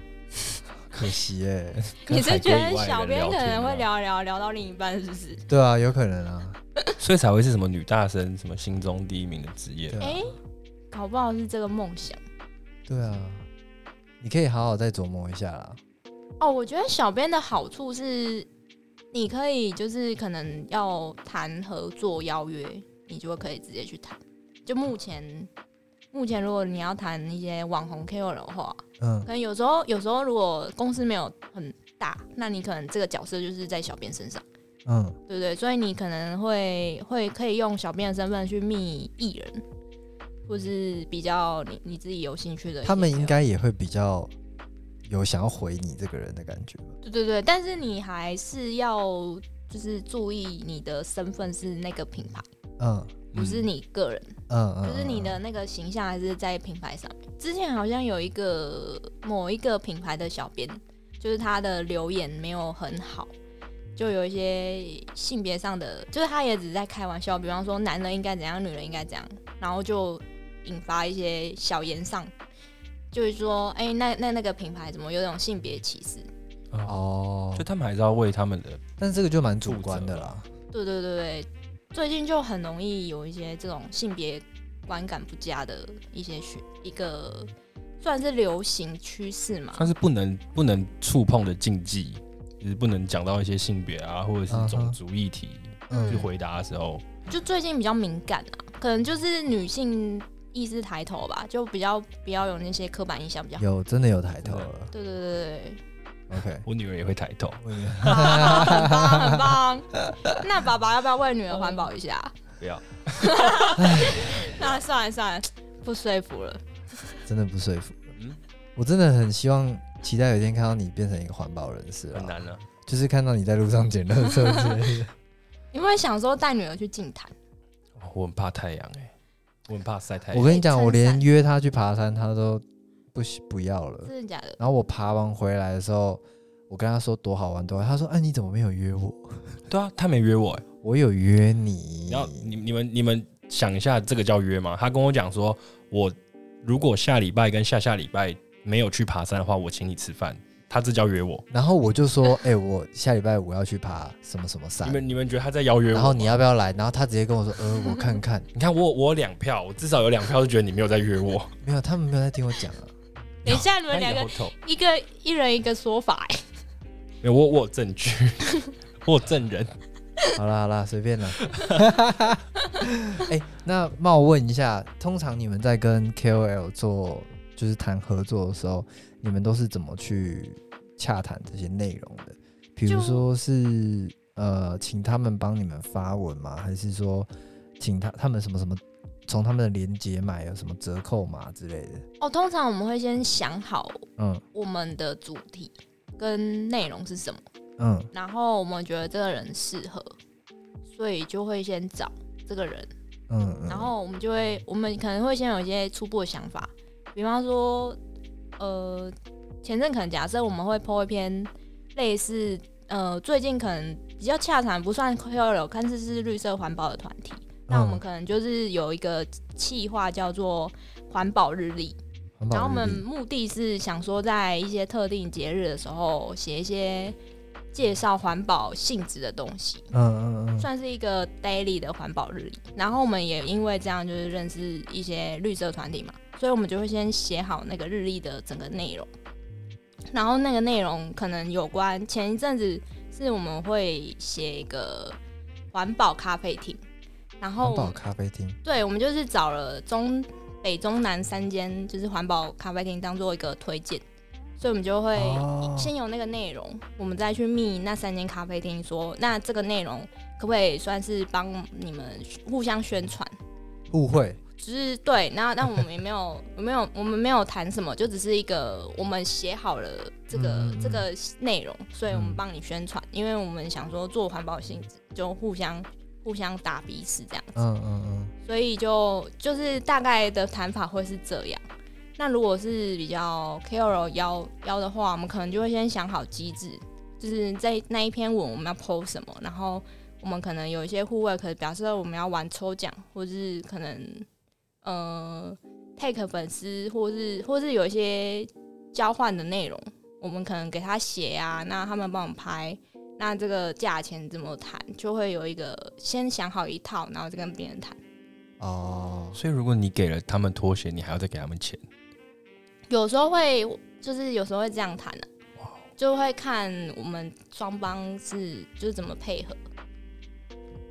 可惜哎、
跟
你是
海
觉
龟以
得
外的
小
人
编
聊
可
天
能
吗
会聊一聊聊到另一半，是不是？
对啊，有可能啊，
所以才会是什么女大生、什么心中第一名的职业
对。啊，
哎、搞不好是这个梦想。
对啊，你可以好好再琢磨一下啦，
哦，我觉得小编的好处是，你可以就是可能要谈合作邀约，你就可以直接去谈。就目前，目前如果你要谈一些网红 KOL 的话，
嗯
可能有时候有时候如果公司没有很大，那你可能这个角色就是在小编身上，
嗯，
对不对？所以你可能会会可以用小编的身份去密艺人，或是比较你你自己有兴趣的一些 KOL。
他们应该也会比较有想要回你这个人的感觉吧，
对对对，但是你还是要就是注意你的身份是那个品牌，
嗯
不是你个人，
嗯嗯，
就是你
嗯
的那个形象还是在品牌上面。之前好像有一个某一个品牌的小编，就是他的留言没有很好。就有一些性别上的，就是他也只是在开玩笑，比方说男人应该怎样，女人应该怎样，然后就引发一些小言上，就是说，哎、那那那个品牌怎么有种性别歧视？
哦，
哦
就，他们还是要为他们的
但这个就蛮主
负责
观的啦。
对对对对，最近就很容易有一些这种性别观感不佳的一些学一个算是流行趋势嘛。
算是不能不能触碰的禁忌，就是不能讲到一些性别啊，或者
嗯哼
是种族议题
嗯
去回答的时候，
就最近比较敏感啊，可能就是女性意识抬头吧，就比较不要有那些刻板印象比较好。
有真的有抬头了
对对对
，OK。
我女儿也会抬头，
我以为
对，啊很棒很棒。那爸爸要不要为女儿环保一下？
不要
那算了算了，不说服了。
真的不说服
嗯。
我真的很希望，期待有一天看到你变成一个环保人士
很
啊，
难啊。
就是看到你在路上捡垃圾之类 的。
你会想说带女儿去净坛？
哦我很怕太阳哎、我很怕晒太
我
阳。
跟你讲，
撑伞
我连约他去爬山，他都不喜不要了。
真的假的？
然后我爬完回来的时候，我跟他说多好玩多好玩，他说：“哎，你怎么没有约我？
对啊，他没约我哎、
我有约你。”
然后你你们你们想一下，这个叫约吗？他跟我讲说，我如果下礼拜跟下下礼拜没有去爬山的话，我请你吃饭。他这叫约我。
然后我就说：“ 哎，我下礼拜五要去爬什么什么山
你，们你们觉得他在邀约我吗？
然后你要不要来？”然后他直接跟我说：“呃，我看看。”
你看我我有两票，我至少有两票是觉得你没有在约 我。
没有，他们没有在听我讲啊。
等一下，你们
那
两
你
个
好丑
一个一人一个说法、哎
没有我我有证据， 我有证人。
好啦好啦，随便啦。 哎、那冒问一下，通常你们在跟 KOL 做就是谈合作的时候，你们都是怎么去洽谈这些内容的？比如
就
说是呃，请他们帮你们发文吗？还是说请他他们什么什么？从他们的链接买有什么折扣码之类的？
哦，通常我们会先想好
嗯
我们的主题跟内容是什么，
嗯
然后我们觉得这个人适合，所以就会先找这个人，
嗯嗯。
然后我们就会，我们可能会先有一些初步的想法，比方说，呃，前阵可能假设我们会 PO 一篇类似，呃，最近可能比较洽谈不算 KOL，但是是绿色环保的团体，那我们
嗯
可能就是有一个计划叫做环保日历。
环
然后
保
我们
日历
目的是想说，在一些特定节日的时候，写一些介绍环保性质的东西，
嗯嗯嗯，
算是一个 daily 的环保日。然后我们也因为这样就是认识一些绿色团体嘛，所以我们就会先写好那个日历的整个内容。然后那个内容可能有关前一阵子是我们会写一个环保咖啡厅，然后
环保咖啡厅，
对，我们就是找了中北中南三间就是环保咖啡厅当做一个推荐，所以我们就会
哦
先有那个内容，我们再去密那三间咖啡厅说，那这个内容可不可以算是帮你们互相宣传？
误会，
只是对，那那我们也没有，我没有，我们没有谈什么，就只是一个我们写好了这个、
嗯嗯嗯
这个内容，所以我们
嗯
帮你宣传，因为我们想说做环保性质，就互相互相打彼此这样子。
嗯嗯嗯，
所以就就是大概的谈法会是这样。那如果是比较 KOL 邀邀的话，我们可能就会先想好机制，就是在那一篇文我们要 PO 什么，然后我们可能有一些户外，可能表示我们要玩抽奖，或是可能呃 take 粉丝，或是或是有一些交换的内容，我们可能给他写啊，那他们帮我们拍，啊那呃这个价钱怎么谈，就会有一个先想好一套，然后再跟别人谈。
哦，
所以如果你给了他们拖鞋，你还要再给他们钱。
有时候会，就是有时候会这样谈的、
哦
就会看我们双方是就是怎么配合。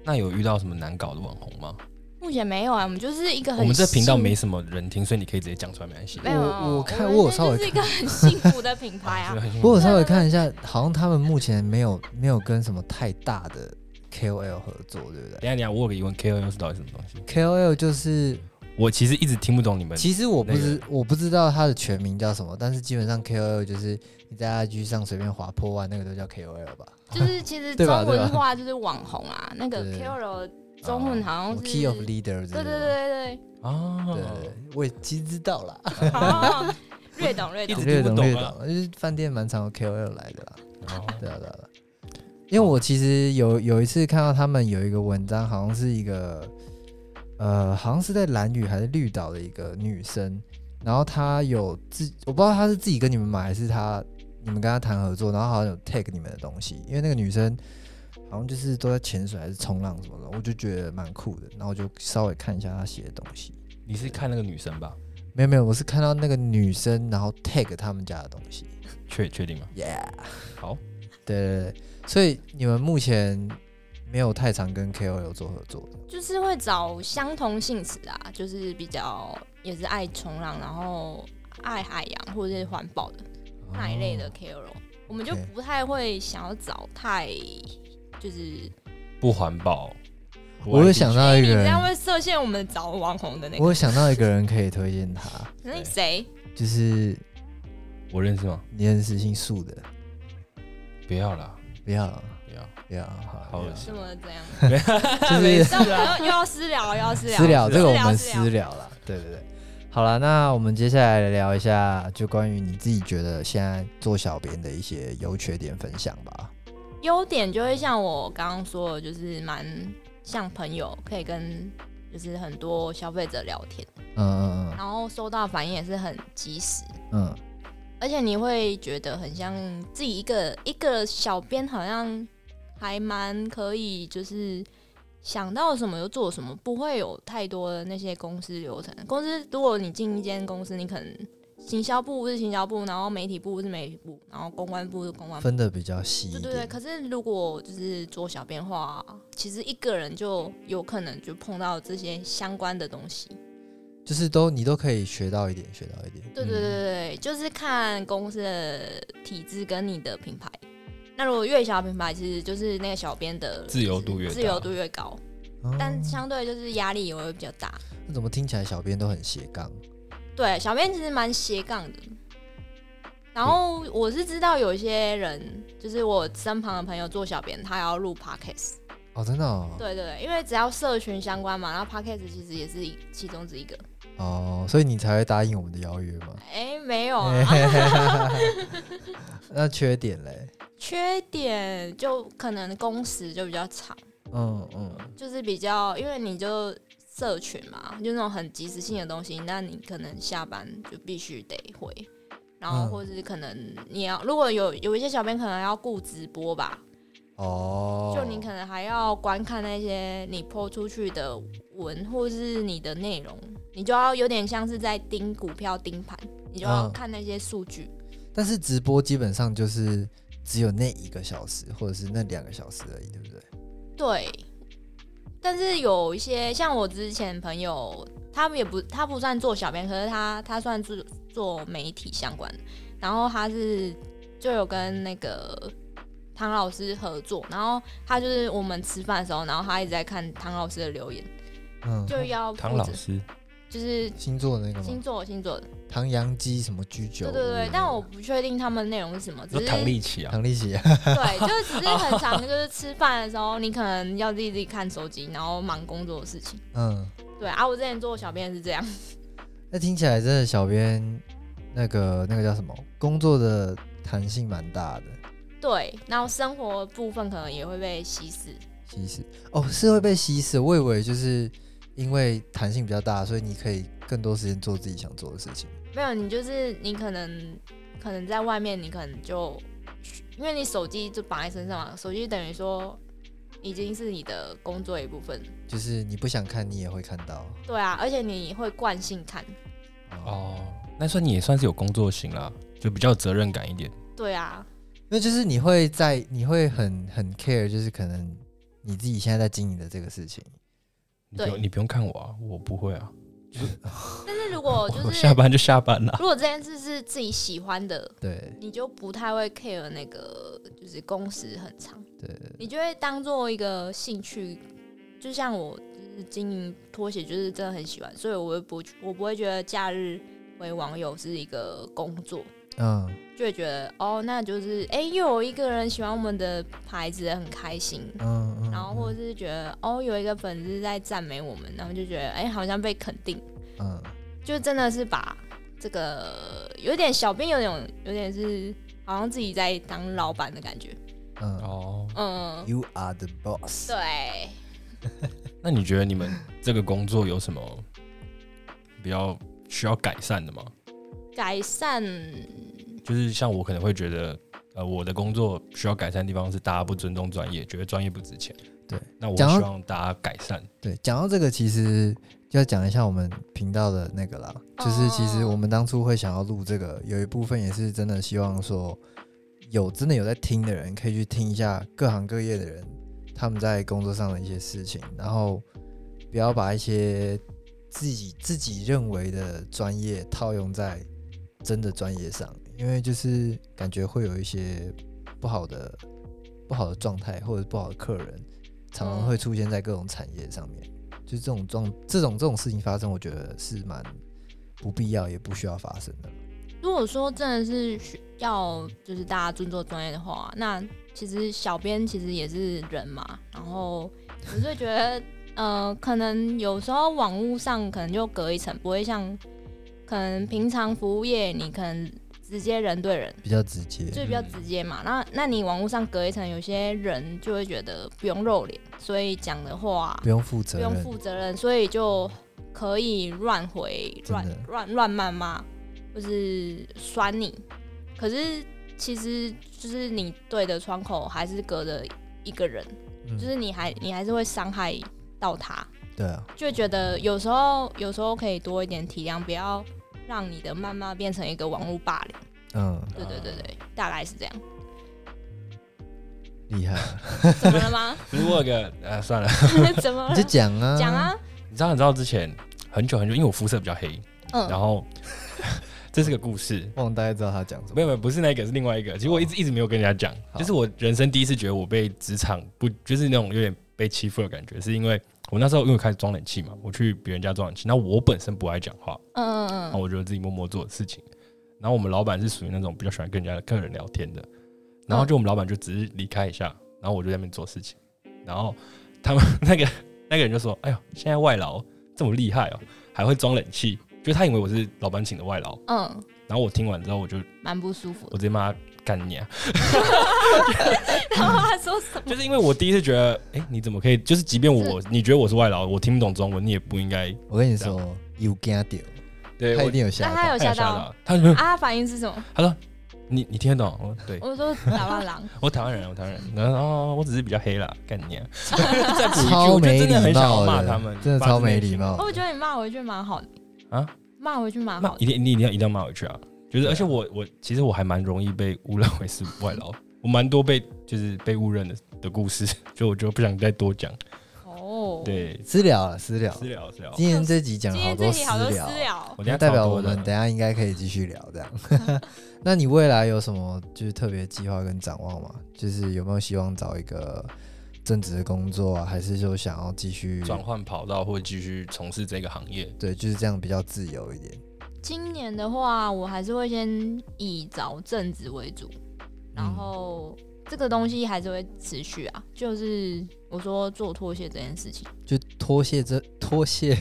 那有遇到什么难搞的网红吗？
目前没有啊，我们就是一个很
我们这频道
幸
没什么人听，所以你可以直接讲出来，没关系。
没有啊，
我我看
们
我有稍微
就是一个很幸福的品牌啊
真的。很辛
不
苦
过我稍微看一下，好像他们目前没有没有跟什么太大的 KOL 合作，对不对
等一下，等一下，我有个疑问，KOL 是到底什么东西？
？KOL 就是，
我其实一直听不懂你们。
其实我不知我不知道它的全名叫什么，但是基本上 KOL 就是你在 IG 上随便划破万那个都叫 KOL 吧？
就是其实
对
中
吧对吧
文化就是网红啊，那个
对
KOL 中文好像
啊什么
是
Key of Leader 之
对对
类
对
的
对
啊，
吧对，我也其实知道啦，
对，好，略懂略
一
懂
直。
略懂
听 不
略
懂啊
懂，就是饭店蛮常有 KOL 来的啦。
哦
对啊，对啊，对啊因为我其实有有一次看到他们有一个文章，好像是一个，呃，好像是在蓝屿还是绿岛的一个女生，然后她有自，我不知道她是自己跟你们买，还是她你们跟她谈合作，然后好像有 tag 你们的东西，因为那个女生好像就是都在潜水还是冲浪什么的，我就觉得蛮酷的，然后我就稍微看一下她写的东西，
你是看那个女生吧？
没有没有，我是看到那个女生，然后 tag 他们家的东西
确确定吗？
，yeah。
好，
对对对，所以你们目前没有太常跟 KOL 做合作的
就是会找相同性质啊，就是比较也是爱冲浪，然后爱海洋或者是环保的。那一类的 KOL，、我们就
哦 OK
不太会想要找太就是，
不环保。不
我
爱
有
地
想
球
到一
你
个
这样
人，
会设限我们找网红的那
我
个。
有想到一个人可以推荐他，
那谁？
就是
我认识吗？
你认识姓素的，
不要啦，
不要
不要。
不要，
好
不要
恶心
怎么 这样？
就是
那我们又又要私聊，又要私聊，
私聊这个我们
私聊
私聊了，对对对。好了，那我们接下来聊一下，就关于你自己觉得现在做小编的一些优缺点分享吧。
优点就会像我刚刚说的，就是蛮像朋友，可以跟就是很多消费者聊天，
嗯嗯
然后收到反应也是很及时。
嗯嗯，
而且你会觉得很像自己一个一个小编，好像还蛮可以，就是想到什么就做什么，不会有太多的那些公司流程。公司如果你进一间公司，你可能行销部是行销部，然后媒体部是媒体部，然后公关部是公关部，
分的比较细一
对对
点。
对。可是如果就是做小编的话，其实一个人就有可能就碰到这些相关的东西。
就是都你都可以学到一点，学到一
嗯
点。
对对对对，对就是看公司的体制跟你的品牌。那如果越小的品牌，其实就是那个小编的
自由度越大
自由度越高，
嗯
但相对就是压力也会比较大。
那怎么听起来小编都很斜杠？
对，小编其实蛮斜杠的。然后我是知道有一些人，就是我身旁的朋友做小编，他也要录 podcast。
哦，真的哦，
对对对，因为只要社群相关嘛，然后 podcast 其实也是一其中之一个。
哦，所以你才会答应我们的邀约吗？
哎，没有啊，
那缺点嘞？
缺点就可能工时就比较长。
嗯嗯，
就是比较，因为你就社群嘛，就那种很即时性的东西，那你可能下班就必须得回，然然后
嗯
或者是可能你要如果有有一些小编可能要顾直播吧，
哦，
就你可能还要观看那些你播出去的文或是你的内容，你就要有点像是在盯股票盯盘，你就要
嗯
看那些数据。
但是直播基本上就是只有那一个小时，或者是那两个小时而已，对不对？
对，但是有一些像我之前朋友，他们也不他不算做小编，可是他他算做做媒体相关的，然后他是就有跟那个。唐老师合作，然后他就是我们吃饭的时候，然后他一直在看唐老师的留言，
嗯，
就要不
唐老
止
师，
就是
星座的那个
星
吗？
座星座的，
唐阳鸡什么居酒屋？
对
嗯
对对，但我不确定他们内容是什么，只
就是唐 立奇啊，
唐立奇，
对，就是只是很常就是吃饭的时候，你可能要自己自己看手机，然后忙工作的事情。
嗯，
对啊，我之前做小编是这样，
那听起来真的小编那个那个叫什么工作的弹性蛮大的，
对，然后生活部分可能也会被稀释，
稀释哦是会被稀释，我以为就是因为弹性比较大，所以你可以更多时间做自己想做的事情。
没有你就是你可能可能在外面，你可能就因为你手机就绑在身上嘛，手机等于说已经是你的工作一部分。
就是你不想看，你也会看到。
对啊，而且你会惯性看。
哦，那算你也算是有工作型啦，就比较有责任感一点。
对啊，
那就是你会在，你会很很 care，就是可能你自己现在在经营的这个事情。
你不用
对
你不用看我啊，我不会啊，
但是如果就
我
是
下班就下班 啦。
如果这件事是自己喜欢的，
对
你就不太会 care 那个就是工时很长，
对，
你就会当做一个兴趣。就像我就是经营拖鞋，就是真的很喜欢，所以我会不我不会觉得假日为网友是一个工作，
嗯，
就会觉得哦，那就是哎、又有一个人喜欢我们的牌子，很开心。
嗯嗯，
然后或者是觉得哦，有一个粉丝在赞美我们，然后就觉得哎、好像被肯定。
嗯，
就真的是把这个有点小编有点有点是好像自己在当老板的感觉，
嗯嗯
哦，
嗯，
，You are the boss。
对，
那你觉得你们这个工作有什么比较需要改善的吗？
改善
就是像我可能会觉得，呃，我的工作需要改善的地方是大家不尊重专业，觉得专业不值钱。
对，
那我
讲到
希望大家改善。
对，讲到这个，其实就要讲一下我们频道的那个啦，就是其实
哦
我们当初会想要录这个，有一部分也是真的希望说，有真的有在听的人可以去听一下各行各业的人他们在工作上的一些事情，然后不要把一些自己自己认为的专业套用在真的专业上，因为就是感觉会有一些不好的不好的状态或者不好的客人，常常
嗯
会出现在各种产业上面。就这种状这种这种事情发生，我觉得是蛮不必要也不需要发生的。
如果说真的是需要就是大家尊重专业的话，那其实小编其实也是人嘛，然后我就会觉得呃，可能有时候网络上可能就隔一层，不会像可能平常服务业你可能直接人对人。
比较直接。
就是比较
嗯
直接嘛。那那你网络上隔一层，有些人就会觉得不用露脸，所以讲的话
不用负
不
责
用
任，
负责任，所以就可以乱回、
真
乱
的
乱乱谩骂，或是酸你。可是其实就是你对的窗口还是隔着一个人，
嗯
就是你还你还是会伤害到他，
对啊，
就会觉得有时候有时候可以多一点体谅，不要让你的谩骂变成一个网络霸凌。
嗯，
对对对对，大概是这样。
厉 害，
怎么了吗？
如果有个呃算了，
怎么
你就
了？
讲啊，
讲，啊，
你知道你知道之前很久很久，因为我肤色比较黑，然
嗯，
后 这是个故事。
忘了大家知道他讲什么。
没有没有，不是那个，是另外一个。其实我一直一直没有跟人家讲，
好
就是我人生第一次觉得我被职场不，就是那种有点被欺负的感觉，是因为我那时候因为我开始装冷气嘛，我去别人家装冷气，那我本身不爱讲话，
嗯嗯
然后
嗯，
哦我就自己默默做事情。然后我们老板是属于那种比较喜欢跟人家跟人聊天的，然后就我们老板就只是离开一下，然后我就在那边做事情，然后他们 那个那个人就说：“哎呦，现在外劳这么厉害哦，还会装冷气。”就他以为我是老板请的外劳，
嗯，
然后我听完之后，我就
蛮不舒服
我
的。
直接骂他干 你啊！
然后他说什么？
就是因为我第一次觉得，哎、你怎么可以？就是即便我你觉得我是外劳，我听不懂中文，你也不应该。
我跟你说，有 get 掉，
对，
他
我
一定有吓
但啊他
到。
有
他
吓
有吓
到
到，他说
啊，反应是什么？
他说你你听得懂？我说对，
我说打扮狼，
我台湾人，我台湾人。然后哦，我只是比较黑啦，干你啊！再补一句，
超
我就
没
真的
礼
很想要
貌
骂
的，
他们，
真的
发自
超没
内心
礼。貌
哦我觉得你骂回去蛮好的
啊，
骂回去蛮
骂
好的。
一定你一定要一定要骂回去啊！就是，而且我我其实我还蛮容易被误认为是外劳， 我蛮多被就是被误认的的故事， 所以我就不想再多讲。
哦，，
对，
私聊了，私聊。
私聊私聊，
今天这集讲
今
好
天
多
这
私
题好多私
聊，
聊，
我等
那
下
代
超
表
多
我
的
们等一下应该可以继续聊这样。 那你未来有什么就是特别计划跟展望吗？就是有没有希望找一个正职的工作啊，还是就想要继续
转换跑道或继续从事这个行业。
对，就是这样比较自由一点。
今年的话，我还是会先以找正职为主，然
嗯
后这个东西还是会持续啊。就是我说做拖鞋这件事情，
嗯就拖鞋这拖 鞋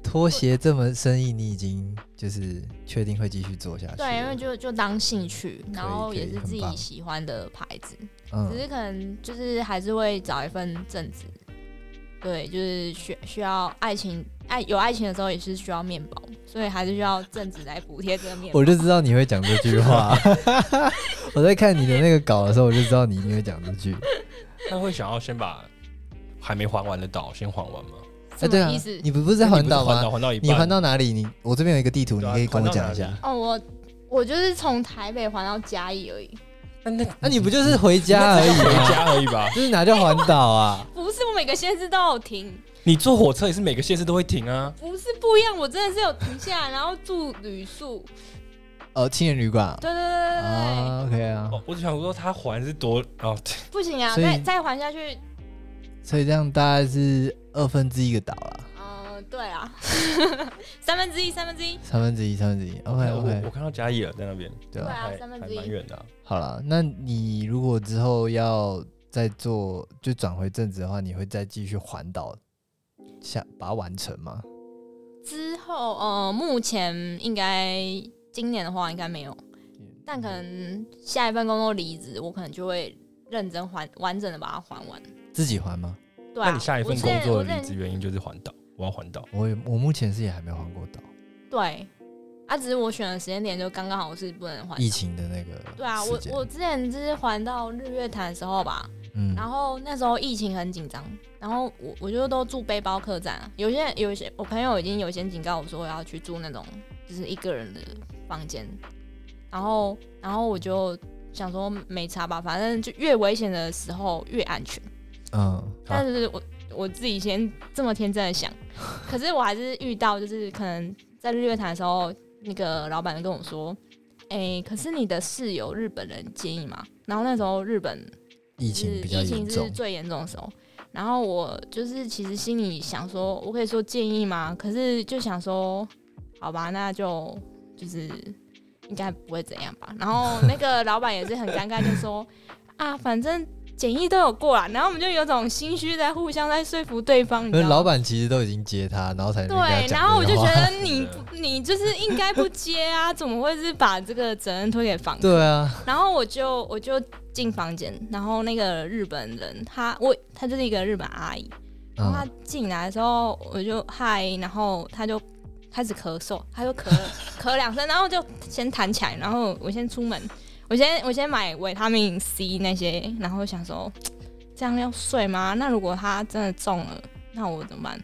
拖鞋这门生意，你已经就是确定会继续做下去了。
对，因为就就当兴趣，然后
可以
也是
很
自己
棒
喜欢的牌子，只
嗯，
是可能就是还是会找一份正职。对，就是需需要爱情，爱有爱情的时候也是需要面包，所以还是需要正职来补贴这个面包
我。就知道你会讲这句话。 我在看你的那个稿的时候，我就知道你一定会讲这句。
那会想要先把还没还完的岛先还完吗？
哎，
什
对
么
啊
意思？，
你不不是在环岛
你不是环岛
吗？
环到一半，
你环到哪里？你我这边有一个地图，你
对啊
可以跟我讲一。
环到哪里
下。
哦，我我就是从台北环到嘉义而已，
那那
那你不就是回家而已
回
吗？
家而已吧？
就是哪叫环岛啊？
不是我每个县市都有停，
你坐火车也是每个县市都会停啊。
不是不一样，我真的是有停下来，然后住旅宿，
哦，青年旅馆啊
对对对对对，
啊，OK 啊，
哦，我只想说他还是多哦，
不行啊，
所以
再再还下去，
所以这样大概是二分之一个岛了，
嗯、对啊， 三分之一，三分之一，
三分之一，三分之一，OK
我我
OK，
我看到嘉义了，在那边，
对
对
吧？
啊
还
三分
还
之一
蛮远的啊。
好了，那你如果之后要再做，就转回正职的话，你会再继续环岛，想把它完成吗？
之后呃，目前应该今年的话应该没有，
嗯
但可能下一份工作离职，我可能就会认真还完整的把它还完，
自己还吗？
对啊，
那你下一份
我之前
工作
我之
的
前
离职原因就是环岛，我要环岛。
我也我目前是也还没环过岛，
对，啊，只是我选的时间点就刚刚好是不能还。
疫情的那个
啊对啊，我
时间
我之前就是环到日月潭的时候吧，
嗯
然后那时候疫情很紧张，然后我我就都住背包客栈、啊，有些有些我朋友已经有先警告我说我要去住那种就是一个人的房间，然后然后我就想说没差吧，反正就越危险的时候越安全，
嗯
但是我我自己先这么天真的想， 可是我还是遇到，就是可能在日月潭的时候，那个老板就跟我说：“哎、可是你的室友日本人介意吗？”然后那时候日本
疫
是
情比较
疫
严
情是
重，
最严重的时候，然后我就是其实心里想说，我可以说建议吗？可是就想说，好吧，那就就是应该不会怎样吧。然后那个老板也是很尴尬，就说啊，反正检疫都有过啦。然后我们就有种心虚在互相在说服对方，你
可
知
是
道
老
吗？
板其实都已经接他，然后才能跟他
对，
讲
然后我
这
就
个
觉
话
得你
真
不你就是应该不接啊，怎么会是把这个责任推给房 客？
对啊，
然后我就我就进房间，然后那个日本人，他我他就是一个日本阿姨，然后他
嗯，
进来的时候我就嗨，然后他就开始咳嗽，他就咳咳两声，然后就先弹起来，然后我先出门，我先我先买维他命 C 那些，然后想说这样要睡吗？那如果他真的中了，那我怎么办？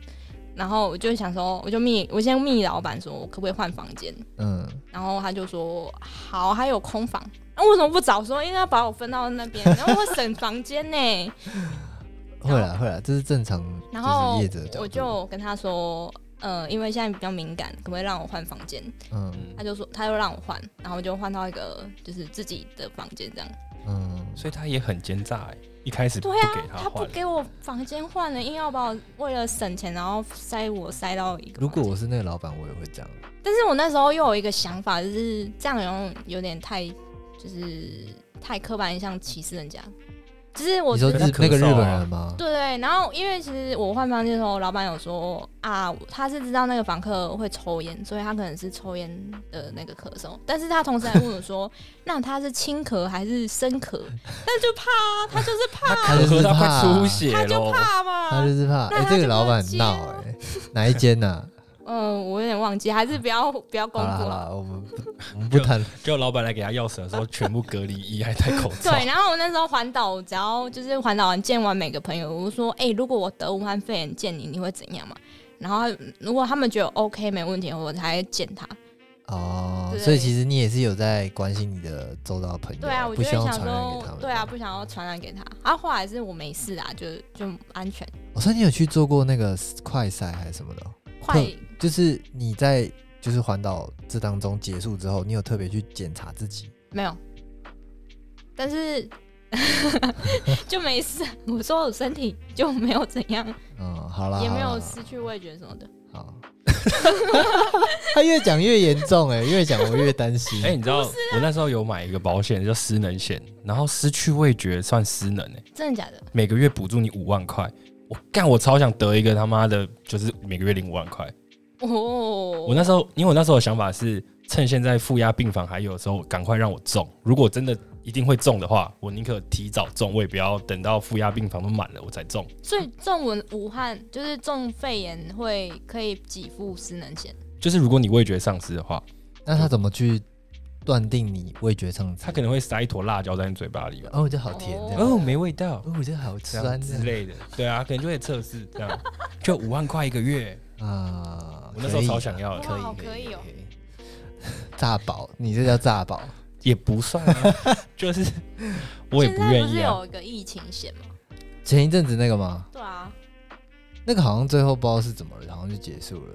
然后我就想说，我就密我先密老板说，我可不可以换房间？
嗯，
然后他就说好，还有空房，那、为什么不早说？因为他把我分到那边，然后我省房 间呢。
会啦会啦，这是正常，
然后
就是业者的角度
我就跟他说，呃，因为现在比较敏感，可不可以让我换房间？
嗯
嗯
他，就说，他就让我换，然后我就换到一个就是自己的房间这样。
嗯，
所以他也很奸诈欸，一开始不
对啊
给，他
他不
换，
给我房间换了，硬要把我为了省钱，然后塞我塞到一个房间。
如果我是那个老板，我也会这样。
但是我那时候又有一个想法，就是这样有有点太，就是太刻板印象歧视人家。就是我
你说
觉
日
得
他咳
那个日
嗽啊
本人吗？
对对，然后因为其实我换房间的时候，老板有说啊，他是知道那个房客会抽烟，所以他可能是抽烟的那个咳嗽，但是他同时还问我说，那他是轻咳还是深 咳？那就怕啊，他就是怕，
他就是
他快
怕，
出血
他就
喽。
怕
他就
嘛。
是怕。
那
哎，
啊他
这
就
个老
不
板
接
闹
啊
哎，哪一间呐？
嗯，我有点忘记，还是不要不要 公
好啦
布
好
了。
啦，我们不我们不谈 了。
结果老板来给他钥匙的时候，全部隔离衣，还戴口罩。
对，然后我那时候环岛，只要就是环岛完见完每个朋友，我就说，哎、如果我得武汉肺炎见你，你会怎样嘛？然后他如果他们觉得 OK 没问题，我才见他。
哦，
对
所以其实你也是有在关心你的周遭的朋友，
对啊，我
不
就会
希望
想
传染给他
说
们。，
对啊，不想要传染给他。啊，后来是我没事啊，就就安全。
哦，所以你有去做过那个快筛还是什么的哦？
快，
就是你在就是环岛这当中结束之后，你有特别去检查自己？
没有，但是就没事。我说我身体就没有怎样，
嗯，好啦，
也没
好
有
啦
失去味觉什么的。
好。 他越讲越严重哎、越讲我越担心。
哎、你知道
啊
我那时候有买一个保险叫失能险，然后失去味觉算失能哎、
真的假的？
每个月补助你五万块。我干，我超想得一个他妈的，就是每个月领五万块。
哦，
我那时候，因为我那时候的想法是，趁现在负压病房还有的时候，赶快让我中。如果真的一定会中的话，我宁可提早中，我也不要等到负压病房都满了我才中。
所以中文武汉就是中肺炎会可以给付失能险，
就是如果你味觉丧失的话，
那他怎么去断定你味觉上
他
次？
可能会塞一坨辣椒在你嘴巴里吧。
哦，这好甜这样。
哦，没味道，
哦，这好
这
酸
样之
的
类的。对啊，可能就会测试这样，就五万块一个月。
啊！
我那时候超想
可以
要的，
哇好可以哦
炸宝，你这叫炸宝。
也不算 啊，就是我也
现
不
在
愿
是
意啊。
有一个疫情险吗？
前一阵子那个吗？
对啊，
那个好像最后不知道是怎么了，好像就结束了。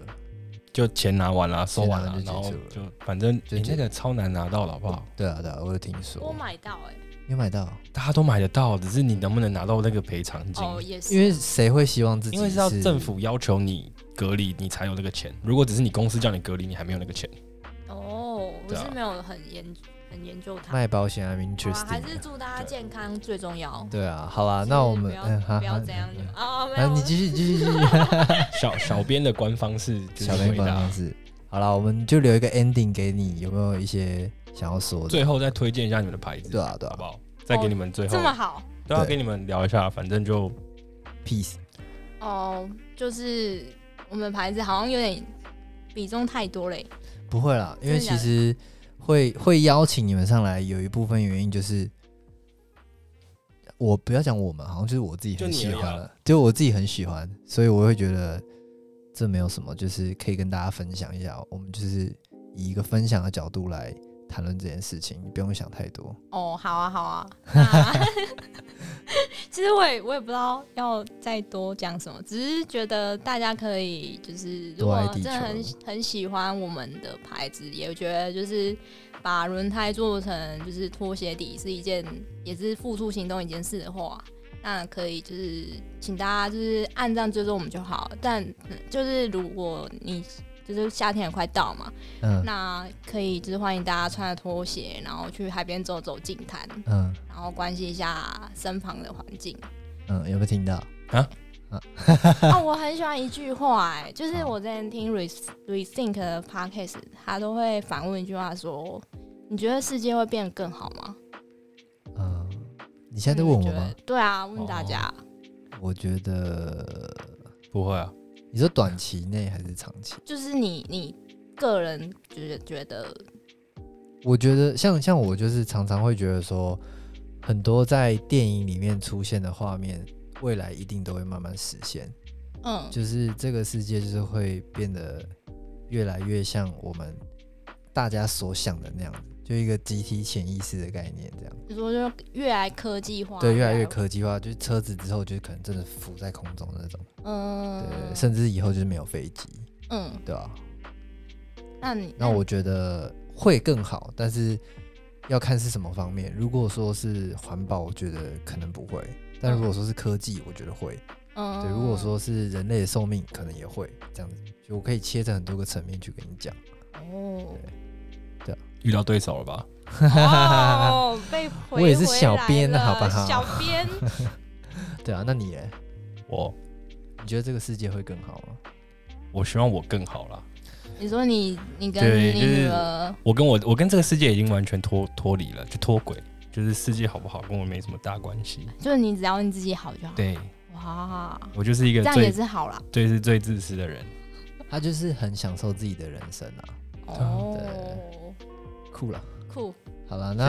就钱拿完了，收完了
钱，拿
然
完就
后
结束了
就反正
就
你
结
那个超难拿到的好不好？
对啊，对啊，我有听
我
说。
买到哎、
你有买到？
大家都买得到，只是你能不能拿到那个赔偿金？
哦也是，
因为谁会希望自己？
因为是要政。府要求你隔离，你才有那个钱。如果只是你公司叫你隔离，你还没有那个钱。
哦，我
对啊
是没有很研很研究它。
卖保险，I'm
好啊，还
interested。
是祝大家健康最重要。
对啊，好啦，
就是
那我们
不要
嗯，好
不要
好
这样就
嗯
啊，没
啊，
有，
你继续，继续，继续。
小小编的官方是 就是啊
小
回
编官
答
方。是。好啦，我们就留一个 ending 给你，有没有一些想要说的？
最后再推荐一下你们的牌子，
对啊，对
好
啊
不好？再给你们最后
这么好
都要
对
给你们聊一下，反正就
，peace。
哦，就是我们牌子好像有点比重太多嘞，
不会啦，因为
真的
其
假的
实会会邀请你们上来，有一部分原因就是我不要讲我们，好像就是我自己
就
很
你
喜
而已
欢
啊
了，就我自己很喜欢，所以我会觉得这没有什么，就是可以跟大家分享一下，我们就是以一个分享的角度来谈论这件事情，你不用想太多。
哦，好啊，好啊。那 其实我也我也不知道要再多讲什么，只是觉得大家可以就是，如
多爱
果
地
真的很
球
很喜欢我们的牌子，也觉得就是把轮胎做成就是拖鞋底是一件也是付出行动一件事的话，那可以就是请大家就是按赞追踪我们就好。但嗯就是如果你就是夏天也快到嘛，
嗯
那可以就是欢迎大家穿着拖鞋，然后去海边走走近滩，
嗯
然后关心一下身旁的环 境。
嗯，有没有听到？
啊，我很喜欢一句话、哎，就是
好
我之前听 Re Rethink 的 podcast，他都会反问一句话说：“你觉得世界会变得更好吗
嗯，你现在在问我？”吗哦
你？觉得对啊，问大家。嗯
我觉得
不会啊。
你说短期内还是长期？
就是你你个人觉得觉得
我觉得像像我就是常常会觉得说，很多在电影里面出现的画面，未来一定都会慢慢实现。
嗯
就是这个世界就是会变得越来越像我们大家所想的那样子，就一个集体潜意识的概念这样。
你说就越来科技化，
对，越来越科技化，就是车子之后就是可能真的浮在空中那种，
嗯
对，甚至以后就是没有飞机，
嗯，
对啊吧、
那你
那我觉得会更好，但是要看是什么方面。如果说是环保，我觉得可能不会；但如果说是科技，我觉得会。
嗯
对，如果说是人类的寿命，可能也会这样子。就我可以切成很多个层面去跟你讲。
哦。
遇到对手了吧？
哦，被
我
回
也是小编
回来
好
了
不好
小编，
对啊，那你嘞？
我
你觉得这个世界会更好吗？
我希望我更好啦。
你说你你跟
对
你
就是
女儿，
我跟我我跟这个世界已经完全脱脱离了，就脱轨，就是世界好不好跟我没什么大关系。
就是你只要你自己好就好。
对
哇，
我就是一个
这样也
最
是好啦。
最是最自私的人，
他就是很享受自己的人生啊，
哦，
酷了。
酷，
好了，那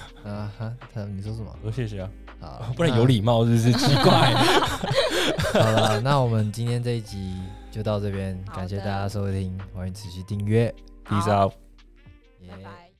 啊哈，他你说什么？
我说谢谢啊，
好，
不然有礼貌是不是？奇怪，
那。好了，那我们今天这一集就到这边，
好
感谢
的
大家收听，欢迎持续订阅。
第一招。